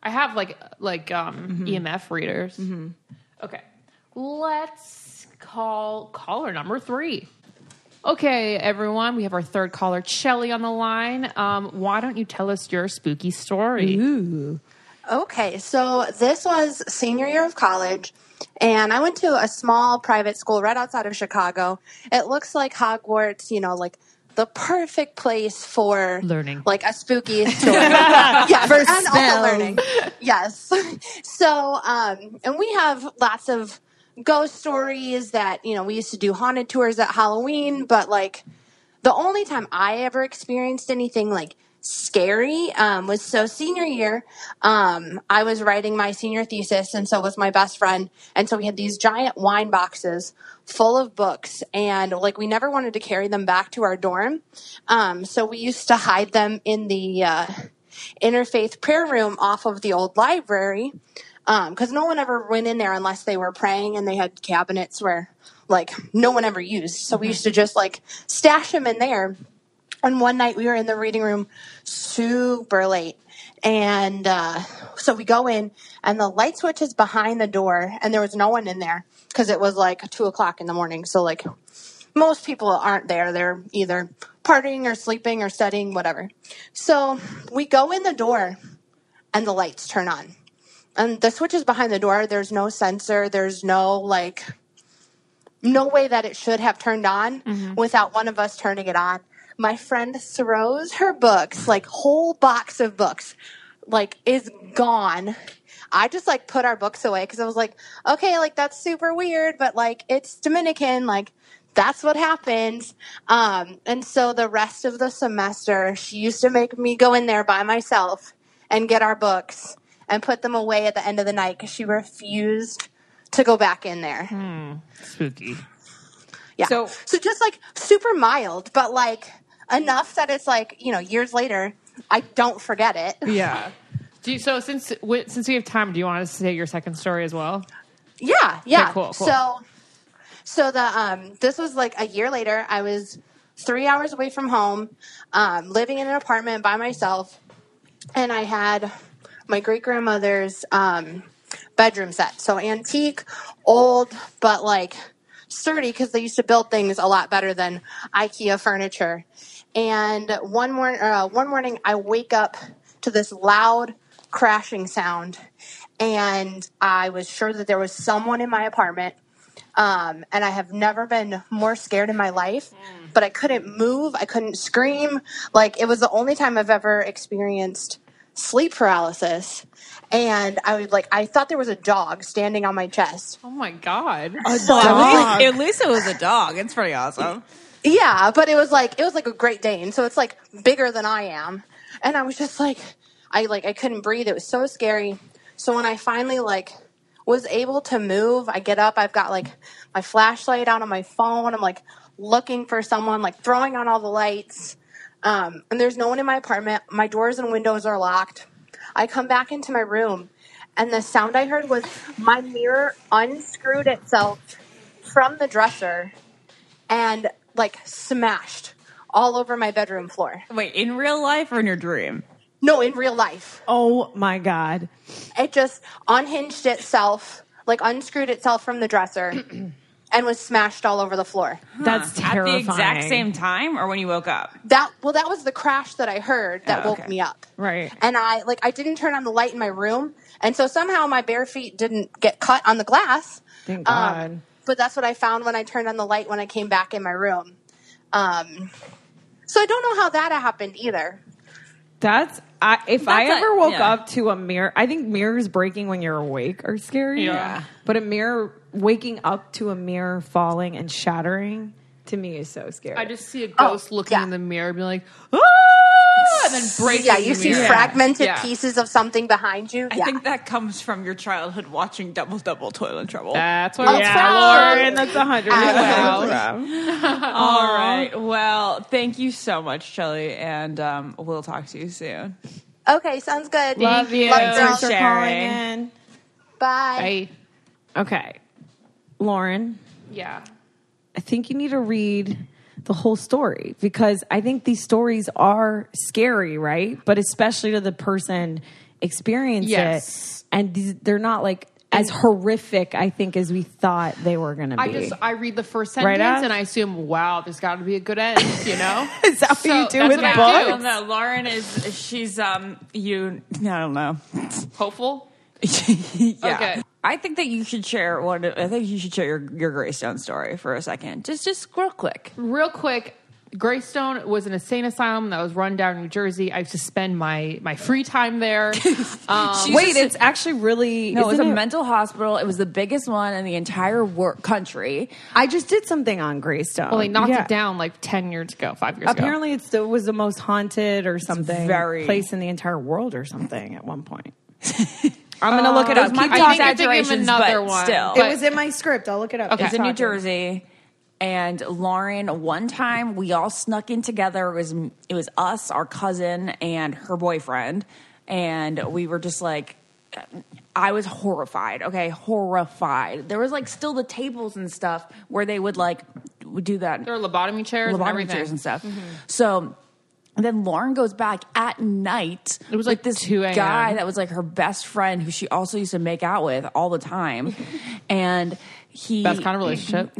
I have like like um EMF readers. Okay, let's call caller number three. Okay, everyone, we have our third caller, Shelly, on the line. Um, why don't you tell us your spooky story? Okay, so this was senior year of college, and I went to a small private school right outside of Chicago. It looks like Hogwarts, you know, like the perfect place for Learning. like a spooky story. yes, and also learning. Yes. So, um, and we have lots of ghost stories that you know we used to do haunted tours at Halloween, but like the only time I ever experienced anything like scary um, was so senior year. Um, I was writing my senior thesis, and so was my best friend. And so we had these giant wine boxes full of books, and like we never wanted to carry them back to our dorm. Um, so we used to hide them in the. Uh, interfaith prayer room off of the old library because no one ever went in there unless they were praying and they had cabinets where like no one ever used. So we used to just like stash them in there. And one night we were in the reading room super late. And uh, so we go in, and the light switch is behind the door, and there was no one in there because it was like two o'clock in the morning. So, like, most people aren't there. They're either partying or sleeping or studying, whatever. So we go in the door, and the lights turn on. And the switch is behind the door. There's no sensor, there's no like no way that it should have turned on without one of us turning it on. My friend throws her books, like whole box of books, like is gone. I just like put our books away because I was like, okay, like that's super weird, but like it's Dominican, like that's what happens. Um, and so the rest of the semester, she used to make me go in there by myself and get our books and put them away at the end of the night because she refused to go back in there. Spooky. Yeah. So- So, just like super mild, but like enough that it's like, you know, years later, I don't forget it. Yeah. Do you, so since wi- since we have time, do you want us to say your second story as well? Yeah, yeah. cool, cool. So so the um this was like a year later. I was 3 hours away from home, um living in an apartment by myself, and I had my great grandmother's um bedroom set. So antique, old, but like sturdy because they used to build things a lot better than IKEA furniture. And one morning, uh, one morning, I wake up to this loud crashing sound, and I was sure that there was someone in my apartment. Um, and I have never been more scared in my life, but I couldn't move. I couldn't scream. Like, it was the only time I've ever experienced sleep paralysis. And I would like, I thought there was a dog standing on my chest. Oh my god. So I was like, At least it was a dog. It's pretty awesome. Yeah, but it was like it was like a Great Dane, so it's like bigger than I am, and I was just like, I like I couldn't breathe. It was so scary. So when I finally like was able to move, I get up. I've got like my flashlight out on my phone. I'm like looking for someone, like throwing on all the lights. Um, and there's no one in my apartment. My doors and windows are locked. I come back into my room, and the sound I heard was my mirror unscrewed itself from the dresser and like smashed all over my bedroom floor. Wait, in real life or in your dream? No, in real life. Oh my God. It just unhinged itself, like unscrewed itself from the dresser and was smashed all over the floor. That's terrifying. At the exact same time or when you woke up? That well that was the crash that I heard that Oh, woke okay. me up. Ah, Right. And I like I didn't turn on the light in my room and so somehow my bare feet didn't get cut on the glass. Thank Um, God. but that's what I found when I turned on the light when I came back in my room. Um, so I don't know how that happened either. That's I, if I That's a- ever woke yeah. up to a mirror. I think mirrors breaking when you're awake are scary. Yeah. But a mirror waking up to a mirror falling and shattering to me is so scary. I just see a ghost Oh, looking yeah. in the mirror, being like, ah, and then breaking. Yeah, you the see mirror. fragmented Yeah. pieces of something behind you. I yeah. think that comes from your childhood watching Double Double Toil and Trouble. That's where Oh, we probably. are. Lauren, that's a hundred. Absolutely. percent. All right. Well, thank you so much, Shelly, and um, we'll talk to you soon. okay, sounds good. Love you. Love Thanks girls. for calling Sharing. in. Bye. Bye. Okay, Lauren. Yeah. I think you need to read the whole story because I think these stories are scary, right? But especially to the person experience Yes. it, and these, they're not like as horrific. I think as we thought they were going to be. I just I read the first Right sentence off? and I assume, wow, there's got to be a good end, you know? Is that what you do that's with what I books? do. Oh, no, Lauren is she's um you I don't know. Hopeful. yeah. Okay. I think that you should share one. I think you should share your your Greystone story for a second, just just real quick. Real quick, Greystone was an insane asylum that was run down in New Jersey. I used to spend my my free time there. Um, Wait, it's actually really. No, it was a isn't it- mental hospital. It was the biggest one in the entire wor- country. I just did something on Greystone. well, they knocked Yeah. it down like ten years ago, five years ago. Apparently, it's the, was the most haunted or something very- place in the entire world or something at one point. I'm gonna look it up. my Keep I talking. think- I think of exaggerations, another but one. still. But- it was in my script. I'll look it up. Okay. It's in New Jersey, and Lauren. One time, we all snuck in together. It was it was us, our cousin, and her boyfriend, and we were just like. I was horrified. Okay, horrified. There was like still the tables and stuff where they would like do that There are lobotomy chairs and lobotomy everything. Mm-hmm. chairs and stuff. So then Lauren goes back at night. It was with like this 2 a.m.. guy that was like her best friend, who she also used to make out with all the time, and he Best kind of relationship.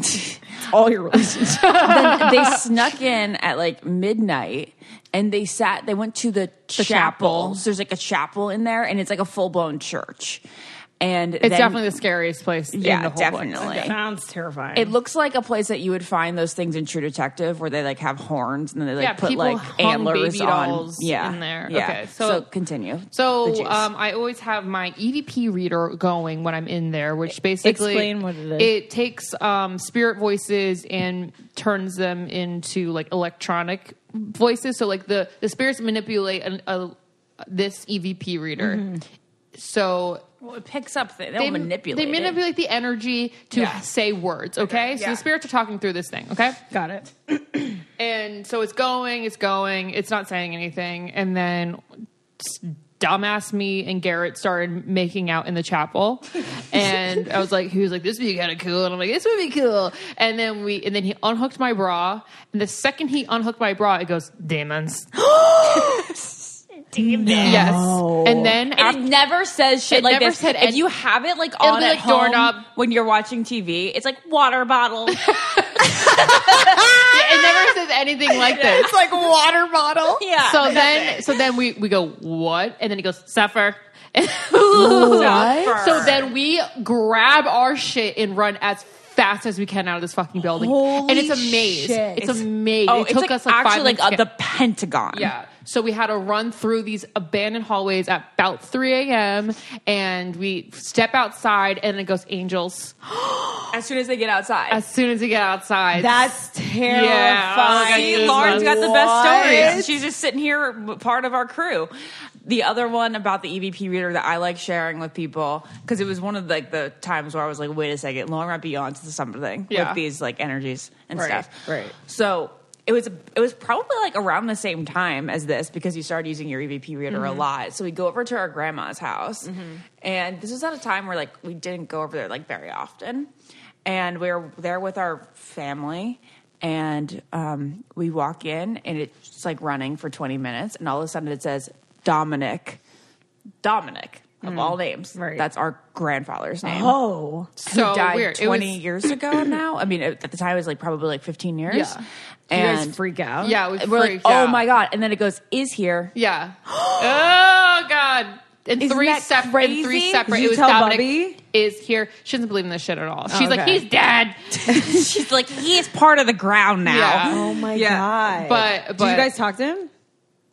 all your relationships. then they snuck in at like midnight and they sat, they went to the, chapel. chapel. So there's like a chapel in there and it's like a full blown church. And It's definitely the scariest place. Yeah, in the whole place. definitely. Sounds terrifying. It looks like a place that you would find those things in True Detective where they like have horns and then they like Yeah, put people like hung antlers baby on. dolls Yeah, in there. Yeah. Okay, so, so- continue. The So juice. um, I always have my EVP reader going when I'm in there, E-, which basically Explain what it is. It takes um, spirit voices and turns them into like electronic voices. So like the the spirits manipulate an, a, this EVP reader. Mm-hmm. So well, it picks up. They, they Oh, manipulate. They it. manipulate the energy to say words. Okay, so the spirits are talking through this thing. Okay, Got it. and so it's going, it's going, it's not saying anything. And then s- dumbass me and Garrett started making out in the chapel. And I was like, he was like, this would be kind of cool. And I'm like, this would be cool. And then we, and then he unhooked my bra. And the second he unhooked my bra, it goes, demons. Yes. And then And after, it never says shit It like never this. said if any- you have it like It'll on be at like home doorknob. when you're watching TV, it's like water bottle. it never says anything like this. like water bottle. Yeah. So then, so then we we go what? And then he goes suffer. So then we grab our shit and run as fast as we can out of this fucking building. and it's a maze. It's a maze. oh, it it's took like, us like five actually like minutes. to uh, get- the Pentagon. yeah. So we had to run through these abandoned hallways at about 3 a.m. and we step outside and it goes angels As soon as they get outside. as soon as we get outside. That's terrifying. Yeah. See, goodness. Lauren's got the best What? stories. She's just sitting here, b- part of our crew. The other one about the EVP reader that I like sharing with people because it was one of like the times where I was like, "Wait a second, Lauren might be onto something Yeah. with these like energies and Right, stuff." right. So it was it was probably like around the same time as this because you started using your EVP reader Mm-hmm. a lot. So we go over to our grandma's house, and this was at a time where like we didn't go over there like very often, and we were there with our family. And um, we walk in, and it's like running for 20 minutes, and all of a sudden it says Dominic, Dominic of Mm. all names. right. That's our grandfather's name Oh, so who died weird. It was- 20 years ago now. I mean, at the time it was like probably like 15 years. Yeah. you And guys freak out. Yeah, we we're like, freaked oh out. my God. And then it goes, is here. Yeah. oh God. And Isn't three that separate. And crazy? three separate. Did you it was tell Dominic Bubby? is here. She doesn't believe in this shit at all. She's like, Okay. he's dead. She's like, he is part of the ground now. Yeah. Oh my god. But- did but- you guys talk to him?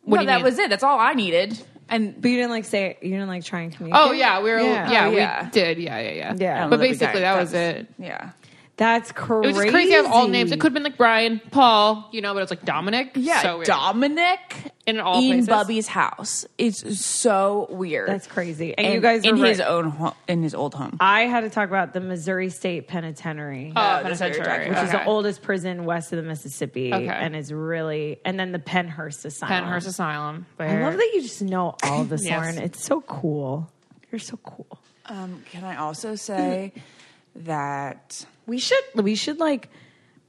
What do you that mean? was it. That's all I needed. And But you didn't like say you didn't like try and communicate. Oh yeah, we were. Yeah. Yeah, Oh, yeah. we did. Yeah, yeah, yeah. Yeah. I don't But know that we got basically, it. that That was was- it. yeah. That's crazy. Oh, It was just crazy. I have all names. It could have been like Brian, Paul, you know, but it's like Dominic. Yeah, so weird. Dominic In all in places. Bubby's house. It's so weird. That's crazy. And, you guys in were his right. Uh, own home, in his old home. I had to talk about the Missouri State Penitentiary. Oh, that's what you're penitentiary. talking Which is the Okay. oldest prison west of the Mississippi, Okay. and is really, and then the Pennhurst Asylum. Penhurst Asylum. I where- love that you just know all this, Yes. Lauren. It's so cool. You're so cool. Um, can I also say that We should we should like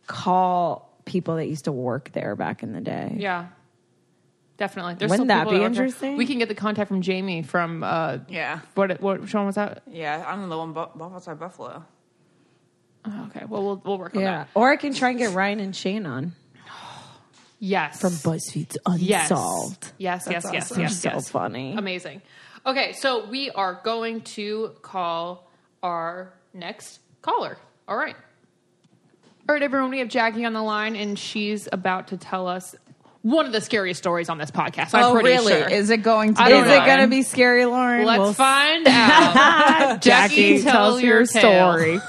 call people that used to work there back in the day. Yeah. Definitely. There's Wouldn't still that people be work there. interesting? We can get the contact from Jamie from uh Yeah. What what which one was that? yeah, I'm the one bu- outside Buffalo. Oh, okay. Well, we'll we'll work on Yeah. that. Or I can try and get Ryan and Shane on Yes. from BuzzFeed's Yes. Unsolved. Yes, yes, yes, awesome. yes, So yes. funny. Amazing. Okay, so we are going to call our next caller. All right. All right, everyone, we have Jackie on the line, and she's about to tell us one of the scariest stories on this podcast. I'm pretty sure. Is it going to? I be don't Is know. it gonna be scary, Lauren? Let's We'll find out. Jackie, tell your tale. story.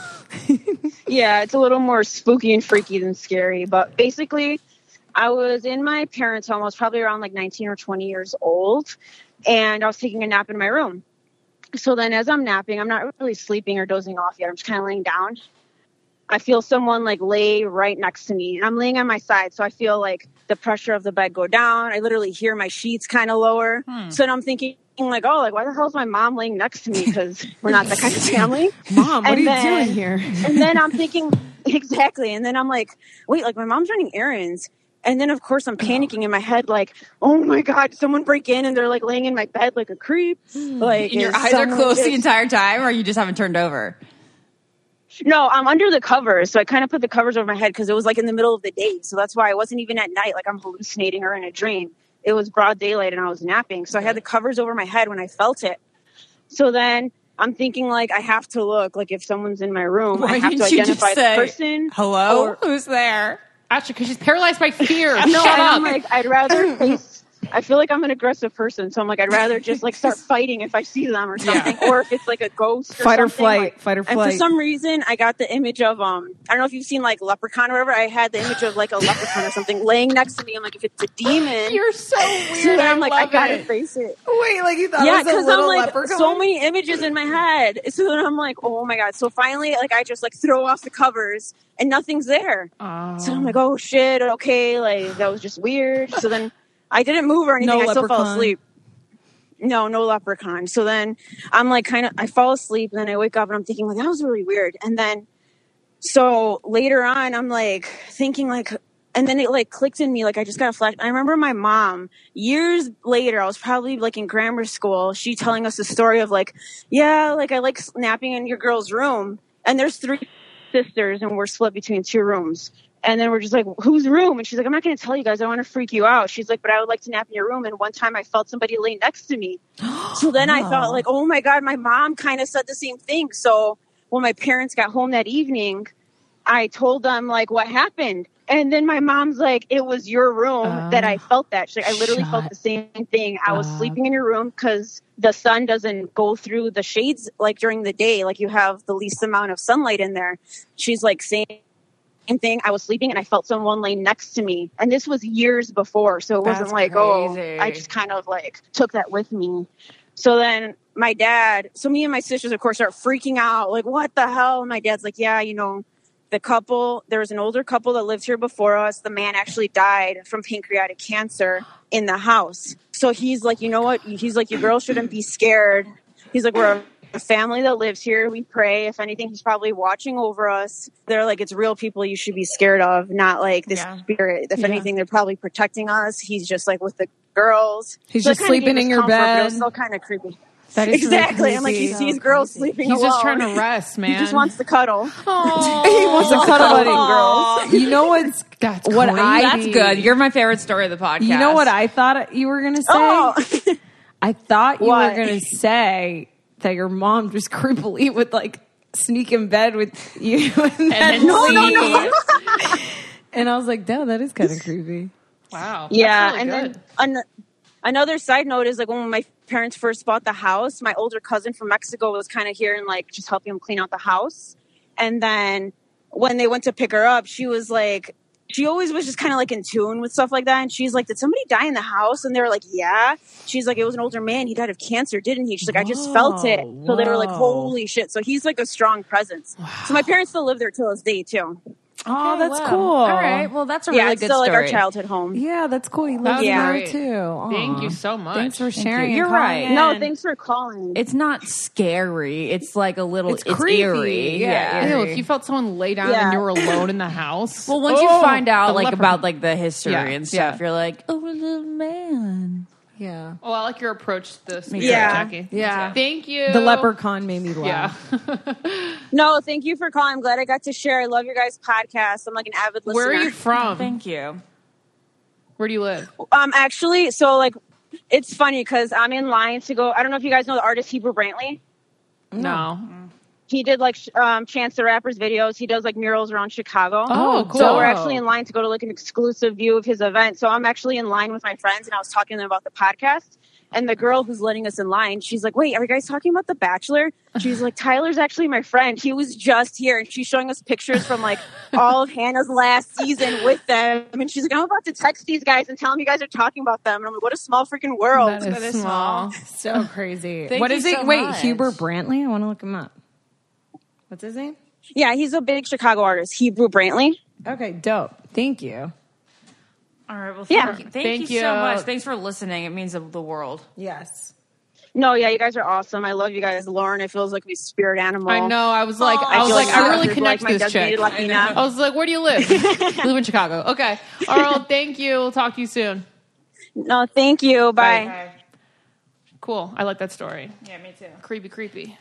yeah, it's a little more spooky and freaky than scary. But basically, I was in my parents' home. I was probably around like 19 or 20 years old, and I was taking a nap in my room. So then, as I'm napping, I'm not really sleeping or dozing off yet. I'm just kind of laying down. I feel someone like lay right next to me and I'm laying on my side. So I feel like the pressure of the bed go down. I literally hear my sheets kind of lower. So now I'm thinking like, oh, like why the hell is my mom laying next to me? Cause we're not that kind of family. Mom, what And are you then- doing here? and then I'm thinking, exactly. And then I'm like, wait, like my mom's running errands. And then of course I'm panicking in my head, like, oh my god, did someone break in and they're like laying in my bed like a creep. Like, Mm. And your is eyes are someone- closed the is- entire time, or you just haven't turned over? No, I'm under the covers, so I kind of put the covers over my head because it was like in the middle of the day, so that's why I wasn't even at night, like I'm hallucinating or in a dream. It was broad daylight and I was napping, so I had the covers over my head when I felt it. So then I'm thinking like I have to look, like if someone's in my room, I Why have didn't to you just identify say the person. hello? or- Who's there? Actually, because she's paralyzed by fear. no, Shut I'm up. like, I'd rather face. I feel like I'm an aggressive person, so I'm like, I'd rather just like start fighting if I see them or something, or if it's like a ghost or Fight or something. flight, like- fight or and flight. for some reason, I got the image of um, I don't know if you've seen like Leprechaun or whatever. I had the image of like a leprechaun or something laying next to me. I'm like, if it's a demon, You're so so weird. then I'm like, I love gotta it. face it. Wait, like you thought it Yeah, was because a I'm little like leprechaun? so many images in my head. So then I'm like, oh my god. So finally, like I just like throw off the covers and nothing's there. So I'm like, oh shit, okay, like that was just weird. So then I didn't move or anything. No I still fell leprechaun. asleep. No, no leprechaun. So then I'm like, kind of, I fall asleep and then I wake up and I'm thinking like that was really weird. And then so later on, I'm like thinking like, and then it like clicked in me. Like I just got a flash. I remember my mom years later. I was probably like in grammar school. She telling us the story of like, yeah, like I like napping in your girl's room, and there's three sisters, and we're split between two rooms. And then we're just like, whose room? And she's like, I'm not going to tell you guys. I want to freak you out. She's like, but I would like to nap in your room. And one time I felt somebody lay next to me. So then I thought, like, oh my God, my mom kind of said the same thing. So when my parents got home that evening, I told them like what happened. And then my mom's like, it was your room that Oh, I felt that. She's like, I literally felt the same thing. I was sleeping in your room because the sun doesn't go through the shades like during the day. Like you have the least amount of sunlight in there. She's like, same thing. I was sleeping and I felt someone laying next to me. And this was years before. So it wasn't That's like, oh, I crazy. just kind of like took that with me. So then my dad, so me and my sisters, of course, start freaking out. Like, what the hell? And my dad's like, yeah, you know, the couple, there was an older couple that lived here before us. The man actually died from pancreatic cancer in the house. So he's like, you know what? He's like, you girls shouldn't be scared. He's like, we're a family that lives here. We pray. If anything, he's probably watching over us. They're like, it's real people you should be scared of, not like this Yeah. spirit. If anything, they're probably protecting us. He's just like with the girls. He's it just kinda gave sleeping us in your comfort, but it was bed. still kind of creepy. That is really Exactly. I'm like, he crazy. sees girls sleeping He's alone. just trying to rest, man. he just wants to cuddle. he wants a cuddle buddy. girls. You know what's That's what I That's good. You're my favorite story of the podcast. You know what I thought you were gonna say? Oh, I thought you What? were gonna say that your mom just creepily would like sneak in bed with you and, then No, no, leave. no. And I was like, no, that is kind of creepy. Wow. that's yeah. really and good. then an- another side note is like when my parents first bought the house, my older cousin from Mexico was kind of here and like just helping them clean out the house. And then when they went to pick her up, she was like, she always was just kind of like in tune with stuff like that. And she's like, Did somebody die in the house? And they were like, Yeah. She's like, It was an older man. He died of cancer, didn't he? She's like, I just felt it. Whoa, So they were like, whoa. Holy shit. So he's like a strong presence. So my parents still live there till this day, too. Oh, Okay, that's wow. cool. All right. Well, that's a Yeah, really it's good still story. like our childhood home. Yeah, that's cool. He That lives was Yeah. there great. too. Thank you Aw. so much. Thanks for you. sharing. and You're calling right. in. No, thanks for calling. It's not scary. It's like a little. It's It's, creepy. eerie. Yeah, Yeah. eerie. Ew, if you felt someone lay down and Yeah. you were alone in the house. Well, once you Oh, find the out like leopard- about like the history Yeah, and stuff, yeah. you're like, oh little man. yeah. Oh, I like your approach to this. Yeah. Jackie. Yeah. Thank you. The leprechaun made me Yeah. laugh. No, thank you for calling. I'm glad I got to share. I love your guys' podcast. I'm like an avid listener. Where are you from? Thank you. Where do you live? Um, actually, so like, it's funny because I'm in line to go. I don't know if you guys know the artist Hebrew Brantley. No. He did like sh- um, Chance the Rapper's videos. He does like murals around Chicago. Oh, cool. So we're actually in line to go to like an exclusive view of his event. So I'm actually in line with my friends, and I was talking to them about the podcast. And the girl who's letting us in line, she's like, "Wait, are you guys talking about The Bachelor?" She's like, "Tyler's actually my friend. He was just here." And she's showing us pictures from like all of Hannah's last season with them. And she's like, "I'm about to text these guys and tell them you guys are talking about them." And I'm like, "What a small freaking world!" That is small. so crazy. Thank what you is so it? Wait, much. Huber Brantley? I want to look him up. What's his name? Yeah, he's a big Chicago artist, Hebrew Brantley. Okay, dope. Thank you. All right. Well, thank, Yeah. you, thank, Thank you so you. much. Thanks for listening. It means the the world. Yes. No, yeah, you guys are awesome. I love you guys, Lauren. It feels like my spirit animal. I know. I was like, I was feel like, my I really husband's connect like with my this chick. designated Latina. I was like, where do you live? I live in Chicago. Okay. Arl, thank you. We'll talk to you soon. No, thank you. Bye. Cool. I like that story. Yeah, me too. Creepy, creepy.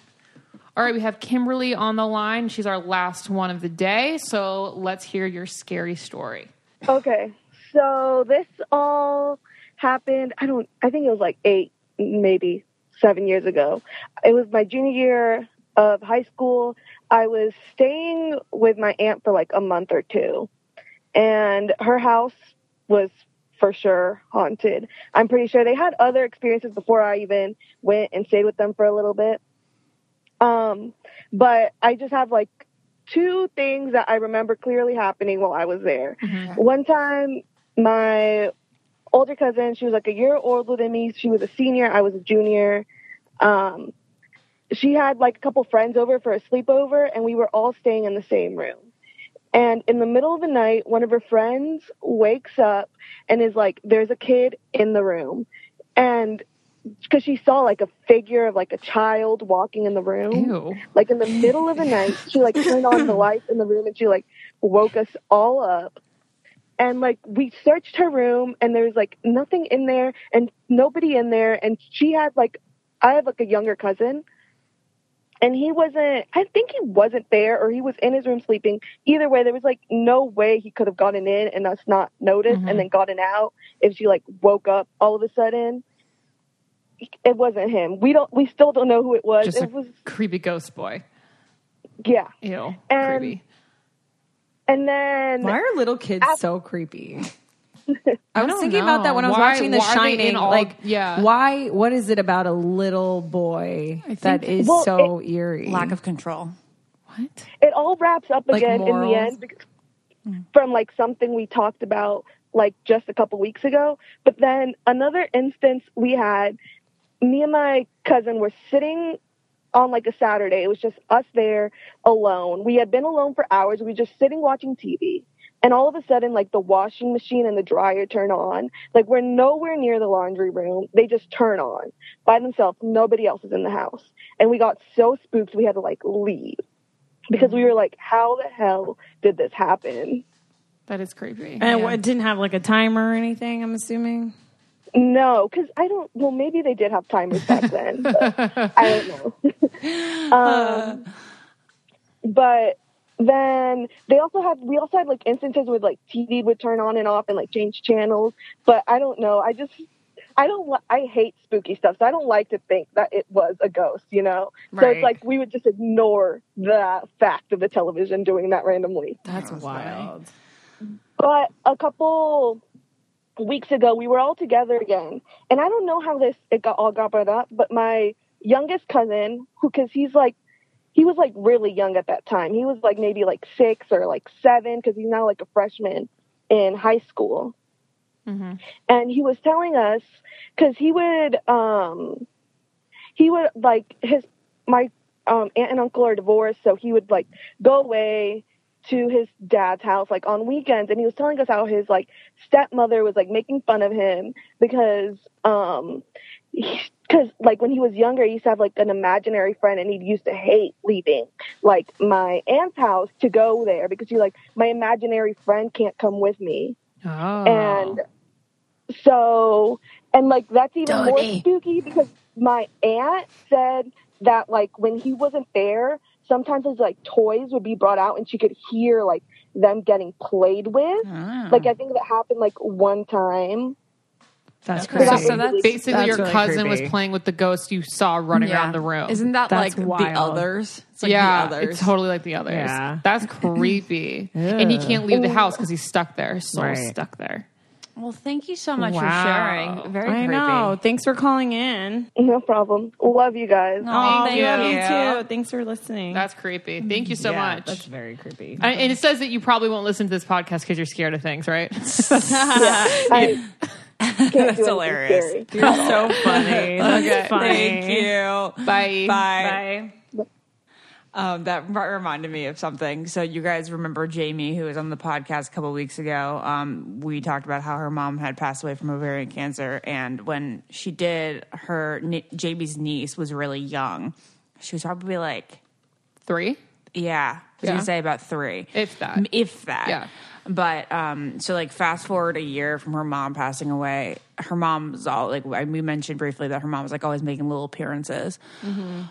All right, we have Kimberly on the line. She's our last one of the day. So let's hear your scary story. Okay. So this all happened, I don't, I think it was like eight, maybe seven years ago. It was my junior year of high school. I was staying with my aunt for like a month or two, and her house was for sure haunted. I'm pretty sure they had other experiences before I even went and stayed with them for a little bit. Um, but I just have like two things that I remember clearly happening while I was there. One time, my older cousin, she was like a year older than me. She was a senior, I was a junior. Um, she had like a couple friends over for a sleepover, and we were all staying in the same room. And in the middle of the night, one of her friends wakes up and is like, There's a kid in the room. And because she saw like a figure of like a child walking in the room Ew. like in the middle of the night she like turned on the lights in the room and she like woke us all up and like we searched her room and there was like nothing in there and nobody in there and she had like i have like a younger cousin and he wasn't i think he wasn't there or he was in his room sleeping either way there was like no way he could have gotten in and us not noticed Mm-hmm. and then gotten out if she like woke up all of a sudden it wasn't him we don't we still don't know who it was Just a it was creepy ghost boy. yeah Ew. And- creepy. and then Why are little kids so creepy? I was don't thinking about that when I was know. Why- watching The why are they in Shining. all- like, yeah. why? What is it about a little boy that is Well, so eerie? Lack of control. What? it all wraps up Like again in the morals? end because, from like something we talked about like just a couple weeks ago. But then another instance we had, me and my cousin were sitting on like a Saturday. It was just us there alone. We had been alone for hours. We were just sitting watching TV. And all of a sudden, like the washing machine and the dryer turn on. Like we're nowhere near the laundry room. They just turn on by themselves. Nobody else is in the house. And we got so spooked we had to like leave because we were like, how the hell did this happen? That is creepy. and it didn't have like a timer or anything. I'm assuming. No, because I don't. Well, maybe they did have timers back then. But I don't know. um, but then they also had we also had like instances with like TV would turn on and off and like change channels. But I don't know. I just I don't. li- I hate spooky stuff, so I don't like to think that it was a ghost. You know. So Right. it's like we would just ignore the fact of the television doing that randomly. That's wild. But a couple weeks ago, we were all together again, and I don't know how this it got all got brought up, but my youngest cousin, who because he's like he was like really young at that time, he was like maybe like six or like seven because he's now like a freshman in high school, and he was telling us because he would um he would like his my um aunt and uncle are divorced, so he would like go away to his dad's house like on weekends and he was telling us how his like stepmother was like making fun of him because um because like when he was younger he used to have like an imaginary friend and he used to hate leaving like my aunt's house to go there because he like my imaginary friend can't come with me Oh. and so and like that's even more Tony. spooky because my aunt said that like when he wasn't there sometimes his like toys would be brought out and she could hear like them getting played with like i think that happened like one time That's so that crazy. was So that's- really Basically, That's your really cousin was creepy. playing with the ghost you saw running around the room. Isn't that That's like the wild. others? It's like yeah, the others. it's totally like the others. Yeah. That's creepy. and he can't leave the house because he's stuck there. His Soul's Right. stuck there. well, thank you so much Wow. for sharing. Very I creepy. know. Thanks for calling in. No problem. Love you guys. Aw, Thank you. love you. too. Thanks for listening. That's creepy. Thank you so Yeah, much. That's very creepy. I- and it says that you probably won't listen to this podcast because you're scared of things, right? I can't do anything hilarious. scary. You're so funny. That's Okay. funny. Thank you. Bye. Bye. Bye. Um, that re- reminded me of something. So you guys remember Jamie, who was on the podcast a couple weeks ago? Um, we talked about how her mom had passed away from ovarian cancer, and when she did, her ni- Jamie's niece was really young. She was probably like, Three? yeah, Yeah. she'd say about three, If that. M- if that. Yeah. But um, so like fast forward a year from her mom passing away, her mom's all like I- we mentioned briefly that her mom was like always making little appearances. Mm-hmm.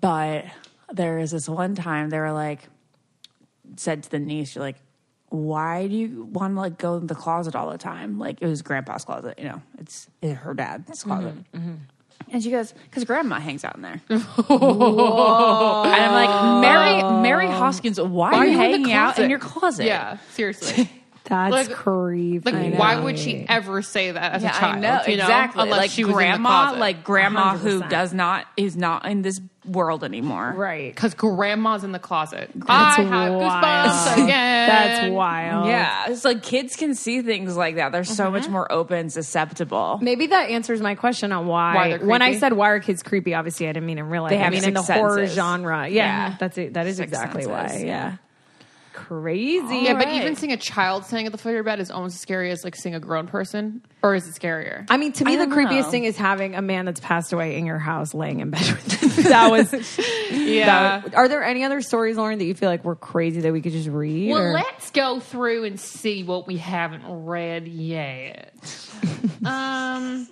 But there is this one time they were like said to the niece, "You're like, why do you want to like go in the closet all the time? Like it was grandpa's closet, you know, it's, it's her dad's closet." And she goes, "Cause grandma hangs out in there." And I'm like, "Mary, Mary Hoskins, why, are you you in the hanging out in closet?" your closet?" Yeah, seriously. That's Like- creepy. Like, why would she ever say that as a child? I know you know? exactly. Unless like she was grandma, in the like grandma who 100%. does not is not in this world anymore. right? because grandma's in the closet. That's I have wild. goosebumps again. That's wild. Yeah, it's like kids can see things like that. They're so much more open, and susceptible. Maybe that answers my question on why. Why they're when I creepy? said why are kids creepy, obviously I didn't mean in real life. They I have mean in the sixth horror senses. genre. Yeah, that's it. That is Sixth exactly senses, why. yeah. Yeah, crazy. Yeah, but even seeing a child sitting at the foot of your bed is almost as scary as like seeing a grown person, or is it scarier? I mean, to me, I the don't creepiest know. thing is having a man that's passed away in your house laying in bed with you. That was. yeah. that- are there any other stories, Lauren, that you feel like were crazy that we could just read? well, or- let's go through and see what we haven't read yet. um.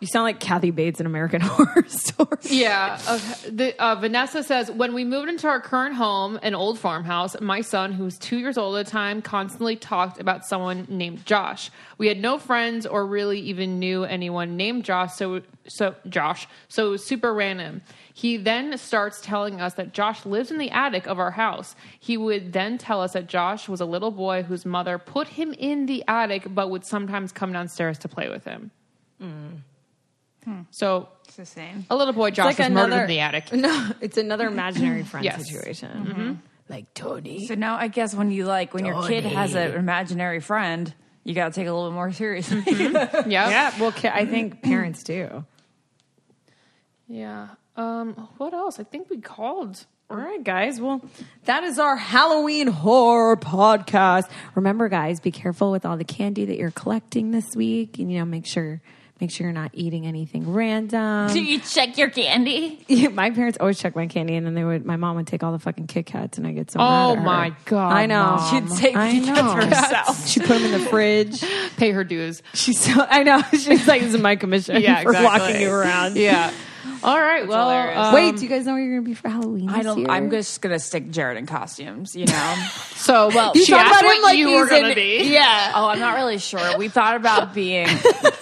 you sound like Kathy Bates in American Horror Story. Yeah. Okay. The, uh, Vanessa says When we moved into our current home, an old farmhouse, my son, who was two years old at the time, constantly talked about someone named Josh. We had no friends or really even knew anyone named Josh, so, so Josh, so it was super random. He then starts telling us that Josh lives in the attic of our house. He would then tell us that Josh was a little boy whose mother put him in the attic but would sometimes come downstairs to play with him. So It's the same. a little boy Josh was murdered in the attic. No, it's another imaginary friend Yes. situation. Like Tony. So now I guess when you like when your kid has an imaginary friend, you got to take it a little bit more seriously. Yeah. Yeah, well, ki- I think parents do. Yeah. Um, what else? I think we called. All right, guys. Well, that is our Halloween horror podcast. Remember, guys, be careful with all the candy that you're collecting this week, and you know, make sure make sure you're not eating anything random. you check your candy? Yeah, my parents always check my candy, and then they would. My mom would take all the fucking Kit Kats, and I get so. Oh mad at her. my God, I know. Mom. She'd take I Kit know. Kats herself. She put them in the fridge. Pay her dues. She's so. I know. She's like, "This is my commission Yeah, for exactly. walking you around." Yeah. All right. well, hilarious. um, Wait, do you guys know where you're going to be for Halloween? I this don't. year? I'm just gonna stick Jared in costumes. You know. So well, You Oh, she talk asked about him what like you he's were gonna in- be. Yeah. Oh, I'm not really sure. We thought about being.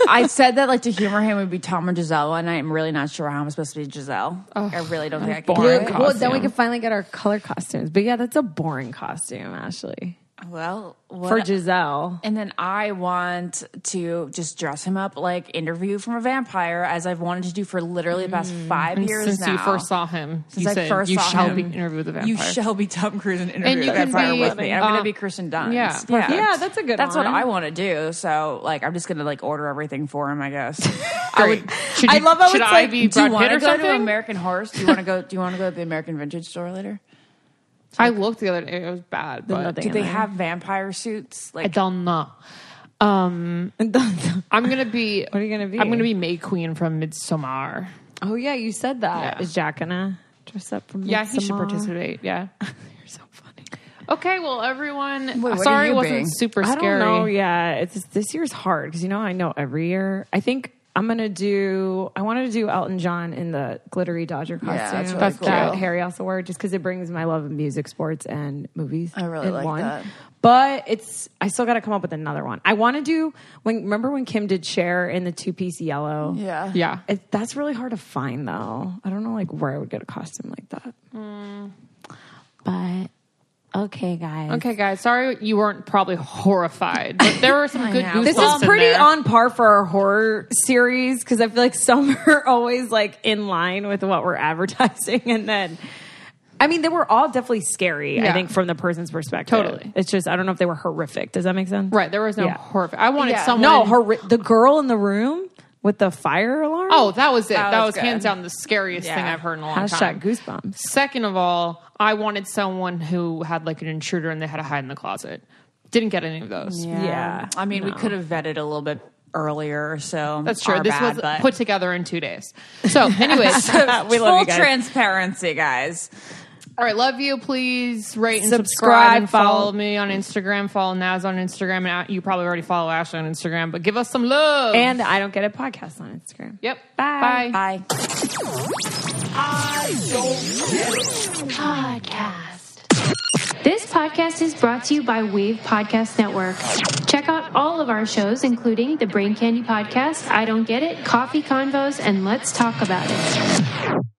I said that like to humor him would be Tom or Giselle, and I'm really not sure how I'm supposed to be Giselle. I really don't think I can. Blue- do it. well, then we can finally get our color costumes. But yeah, that's a boring costume, Ashley. Well, what- For Giselle. and then I want to just dress him up like interview from a vampire, as I've wanted to do for literally the past five Mm. years Since now. you first saw him, Since you I said first you saw shall him. be interviewed with a vampire. You shall be Tom Cruise and interview And you the can vampire be- with me. And I'm uh, gonna be Kristen Dunst. yeah. Yeah, that's a good That's one. what I want to do. So like, I'm just gonna like order everything for him. I guess. I Great. Should I you- love how should it's I like, be Do you Brad want Pitt to or go to something? American Horse? Do you want to go? Do you want to go to the American Vintage Store later? I looked the other day; it was bad. But nothing. Do they Yeah. have vampire suits? I Like don't know. Um, oh I'm gonna be. what are you gonna be? I'm gonna be May Queen from Midsommar. Oh, yeah, you said that. Yeah. Is Jack gonna dress up from Yeah, he should Midsommar? participate. Yeah. You're so funny. Okay. Well, everyone. what are sorry, it you wasn't being? super I scary. don't know. Yeah, it's just- this year's hard because you know I know every year. I think I'm gonna do. I wanted to do Elton John in the glittery Dodger costume. that's really that cool. Harry also wore just because it brings my love of music, sports, and movies. I really in like one. that. But it's. I still got to come up with another one. I want to do when. Remember when Kim did Cher in the two piece yellow? yeah, Yeah. It, that's really hard to find though. I don't know like where I would get a costume like that. Mm. But okay, guys. Okay, guys. Sorry you weren't probably horrified, but there were some good goosebumps. This is in pretty there. on par for our horror series because I feel like some are always like in line with what we're advertising, and then I mean they were all definitely scary. I Yeah. think from the person's perspective, Totally. It's just I don't know if they were horrific. Does that make sense? Right. There was no Yeah. horrific. I wanted Yeah. someone. No, horri- the girl in the room. with the fire alarm? Oh, that was it. That, was was good. hands down the scariest thing Yeah. I've heard in a long time. hashtag goosebumps. Second of all, I wanted someone who had like an intruder and they had to hide in the closet. Didn't get any of those. Yeah. I mean, we could have vetted a little bit earlier, so That's true. our This bad, was but- put together in two days. So, anyways, we love full you guys. transparency, guys. all right, love you. Please rate and subscribe, Subscribe, and follow, follow- me on Instagram. Follow Naz on Instagram. And you probably already follow Ash on Instagram, but give us some love. And I don't get a podcast on Instagram. yep. Bye. Bye. Bye. Podcast. This podcast is brought to you by Wave Podcast Network. Check out all of our shows, including the Brain Candy Podcast, I Don't Get It, Coffee Convos, and Let's Talk About It.